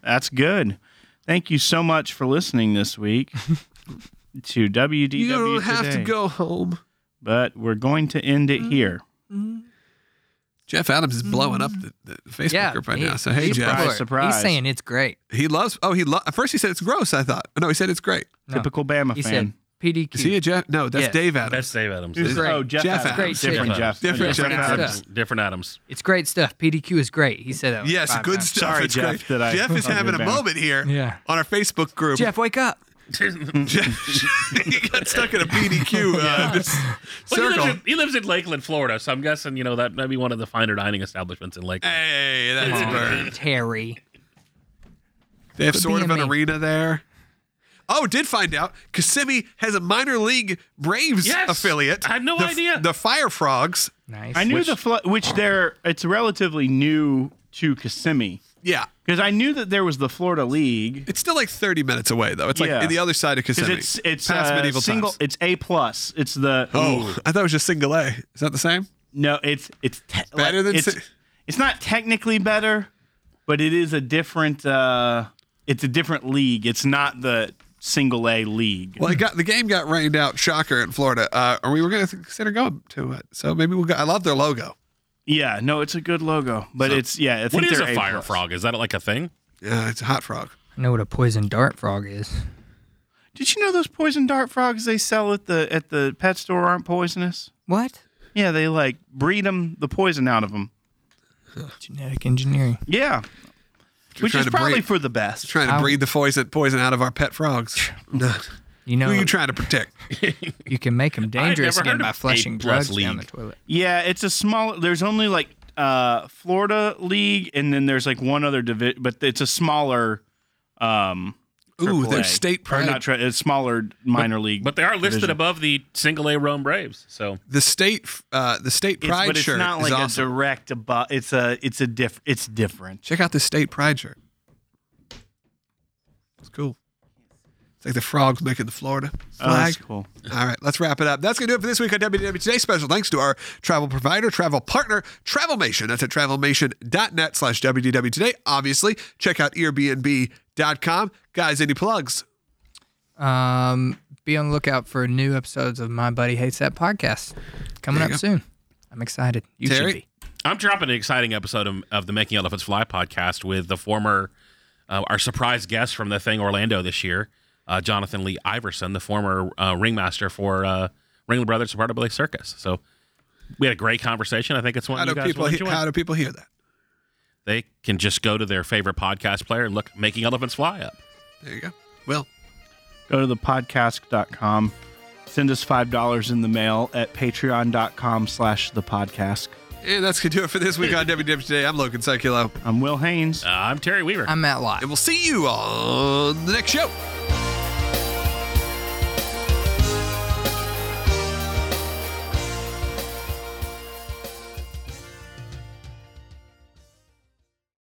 [SPEAKER 3] That's good. Thank you so much for listening this week to WDW.
[SPEAKER 1] You don't have to
[SPEAKER 3] Today.
[SPEAKER 1] go Mm. home.
[SPEAKER 3] but we're going to end it here.
[SPEAKER 1] Jeff Adams is blowing up the, the Facebook
[SPEAKER 5] yeah.
[SPEAKER 1] group right
[SPEAKER 5] he-
[SPEAKER 1] now. So hey,
[SPEAKER 5] he's
[SPEAKER 1] Jeff,
[SPEAKER 5] for it.
[SPEAKER 3] surprise.
[SPEAKER 5] He's saying it's great.
[SPEAKER 1] he loves. Oh, he lo- at first he said it's gross. I thought. No, he said it's great.
[SPEAKER 5] No.
[SPEAKER 3] Typical Bama
[SPEAKER 5] He
[SPEAKER 3] fan.
[SPEAKER 5] said PDQ.
[SPEAKER 1] Is he a Jeff? No, that's
[SPEAKER 5] Yeah.
[SPEAKER 1] Dave Adams.
[SPEAKER 4] That's Dave Adams.
[SPEAKER 5] Who's
[SPEAKER 4] Different
[SPEAKER 5] great.
[SPEAKER 3] Oh, Jeff,
[SPEAKER 1] Jeff
[SPEAKER 3] Adams.
[SPEAKER 1] Adams.
[SPEAKER 5] Great
[SPEAKER 3] Different
[SPEAKER 4] chick.
[SPEAKER 3] Jeff.
[SPEAKER 1] Different Jeff Adams.
[SPEAKER 4] Adams. Different Adams.
[SPEAKER 5] It's great stuff. PDQ is great. He said that. like
[SPEAKER 1] yes,
[SPEAKER 5] five
[SPEAKER 1] good
[SPEAKER 5] times.
[SPEAKER 1] stuff.
[SPEAKER 3] Sorry,
[SPEAKER 1] it's
[SPEAKER 3] Jeff,
[SPEAKER 1] great.
[SPEAKER 3] that I-
[SPEAKER 1] Jeff is
[SPEAKER 3] I'm
[SPEAKER 1] having a
[SPEAKER 3] down.
[SPEAKER 1] moment here.
[SPEAKER 5] Yeah.
[SPEAKER 1] On our Facebook group,
[SPEAKER 5] Jeff, wake up.
[SPEAKER 1] Jeff- he got stuck in a PDQ uh, this
[SPEAKER 4] Well, he,
[SPEAKER 1] circle.
[SPEAKER 4] lives in, he lives in Lakeland, Florida, so I'm guessing you know that might be one of the finer dining establishments in Lakeland.
[SPEAKER 1] Hey, that's a bird.
[SPEAKER 5] Terry.
[SPEAKER 1] They have
[SPEAKER 5] Could
[SPEAKER 1] sort
[SPEAKER 5] be
[SPEAKER 1] of an
[SPEAKER 5] me.
[SPEAKER 1] arena there. Oh, did find out Kissimmee has a minor league Braves
[SPEAKER 4] Yes.
[SPEAKER 1] affiliate.
[SPEAKER 4] I had no
[SPEAKER 1] The-
[SPEAKER 4] idea.
[SPEAKER 1] The Fire Frogs.
[SPEAKER 5] Nice.
[SPEAKER 3] I knew the fl- which they're it's relatively new to Kissimmee
[SPEAKER 1] Yeah,
[SPEAKER 3] because I knew that there was the Florida League
[SPEAKER 1] It's still like 30 minutes away, though. It's like
[SPEAKER 3] Yeah.
[SPEAKER 1] the other side of
[SPEAKER 3] because
[SPEAKER 1] Kissimmee.
[SPEAKER 3] it's it's
[SPEAKER 1] past
[SPEAKER 3] uh,
[SPEAKER 1] medieval
[SPEAKER 3] single
[SPEAKER 1] times.
[SPEAKER 3] it's A plus it's the
[SPEAKER 1] Oh, I thought it was just single A. Is that the same?
[SPEAKER 3] no it's it's te-
[SPEAKER 1] Better than
[SPEAKER 3] it's,
[SPEAKER 1] si-
[SPEAKER 3] it's not technically better, but it is a different. Uh, it's a different league. It's not the single A league.
[SPEAKER 1] Well, it got the game got rained out. Shocker in Florida. Uh, or we were going to consider going to it. So maybe we'll go. I love their logo.
[SPEAKER 3] Yeah, no, it's a good logo, but it's yeah. I think
[SPEAKER 4] What is
[SPEAKER 3] they're
[SPEAKER 4] a fire
[SPEAKER 3] plus.
[SPEAKER 4] frog? Is that like a thing?
[SPEAKER 1] Yeah, it's a hot frog.
[SPEAKER 5] I know what a poison dart frog is.
[SPEAKER 3] Did you know those poison dart frogs they sell at the at the pet store aren't poisonous?
[SPEAKER 5] What?
[SPEAKER 3] Yeah, they like breed them the poison out of them.
[SPEAKER 5] Genetic engineering.
[SPEAKER 3] Yeah, which
[SPEAKER 1] trying
[SPEAKER 3] is
[SPEAKER 1] to
[SPEAKER 3] probably
[SPEAKER 1] breed-
[SPEAKER 3] for the best.
[SPEAKER 1] Trying to
[SPEAKER 5] Ow.
[SPEAKER 1] breed the poison poison out of our pet frogs. No.
[SPEAKER 5] You know,
[SPEAKER 1] Who are you
[SPEAKER 5] you,
[SPEAKER 1] trying to protect?
[SPEAKER 5] can make them dangerous
[SPEAKER 4] never
[SPEAKER 5] again
[SPEAKER 4] heard
[SPEAKER 5] by
[SPEAKER 4] of
[SPEAKER 5] flushing
[SPEAKER 4] a plus
[SPEAKER 5] drugs down the
[SPEAKER 4] league.
[SPEAKER 5] toilet.
[SPEAKER 3] Yeah, it's a small. There's only like uh Florida league, and then there's like one other division, but it's a smaller. um
[SPEAKER 1] Ooh,
[SPEAKER 3] AAA.
[SPEAKER 1] there's state
[SPEAKER 3] or
[SPEAKER 1] pride.
[SPEAKER 3] not tri- it's smaller minor league,
[SPEAKER 4] But they are listed
[SPEAKER 3] Division.
[SPEAKER 4] above the single A Rome Braves. So
[SPEAKER 1] the state uh, the state
[SPEAKER 3] It's,
[SPEAKER 1] pride
[SPEAKER 3] but it's
[SPEAKER 1] shirt
[SPEAKER 3] not
[SPEAKER 1] is
[SPEAKER 3] like
[SPEAKER 1] awesome.
[SPEAKER 3] a direct above. It's a it's a diff. It's different.
[SPEAKER 1] Check out the state pride shirt. It's cool. It's like the frogs making the Florida
[SPEAKER 3] Oh,
[SPEAKER 1] flag.
[SPEAKER 3] that's cool.
[SPEAKER 1] All right, let's wrap it up. That's going to do it for this week on WDW Today Special. Thanks to our travel provider, travel partner, Travelmation. That's at travelmation.net slash WDW Today. Obviously, check out Airbnb.com. Guys, any plugs?
[SPEAKER 5] Um, be on the lookout for new episodes of My Buddy Hates That podcast coming
[SPEAKER 1] There
[SPEAKER 5] up
[SPEAKER 1] you go.
[SPEAKER 5] soon. I'm excited. You
[SPEAKER 1] Terry?
[SPEAKER 5] should be.
[SPEAKER 4] I'm dropping an exciting episode of, of the Making Elephants Fly podcast with the former, uh, our surprise guest from the thing Orlando this year, uh, Jonathan Lee Iverson, the former uh, ringmaster for uh, Ringling Brothers Soprano Ballet Circus. So we had a great conversation. I think it's one
[SPEAKER 1] How
[SPEAKER 4] Oh, you
[SPEAKER 1] do
[SPEAKER 4] guys
[SPEAKER 1] people
[SPEAKER 4] will
[SPEAKER 1] he-
[SPEAKER 4] enjoy.
[SPEAKER 1] how do people hear that?
[SPEAKER 4] they can just go to their favorite podcast player and look Making Elephants Fly up.
[SPEAKER 1] There you go. Well,
[SPEAKER 3] Go to the podcast.com. Send us five dollars in the mail at patreon.com slash the podcast.
[SPEAKER 1] and that's going to do it for this week on WDW Today. I'm Logan Sekulow,
[SPEAKER 3] I'm Will Haynes.
[SPEAKER 4] Uh, I'm Terry Weaver.
[SPEAKER 5] I'm Matt Lott.
[SPEAKER 1] and we'll see you on the next show.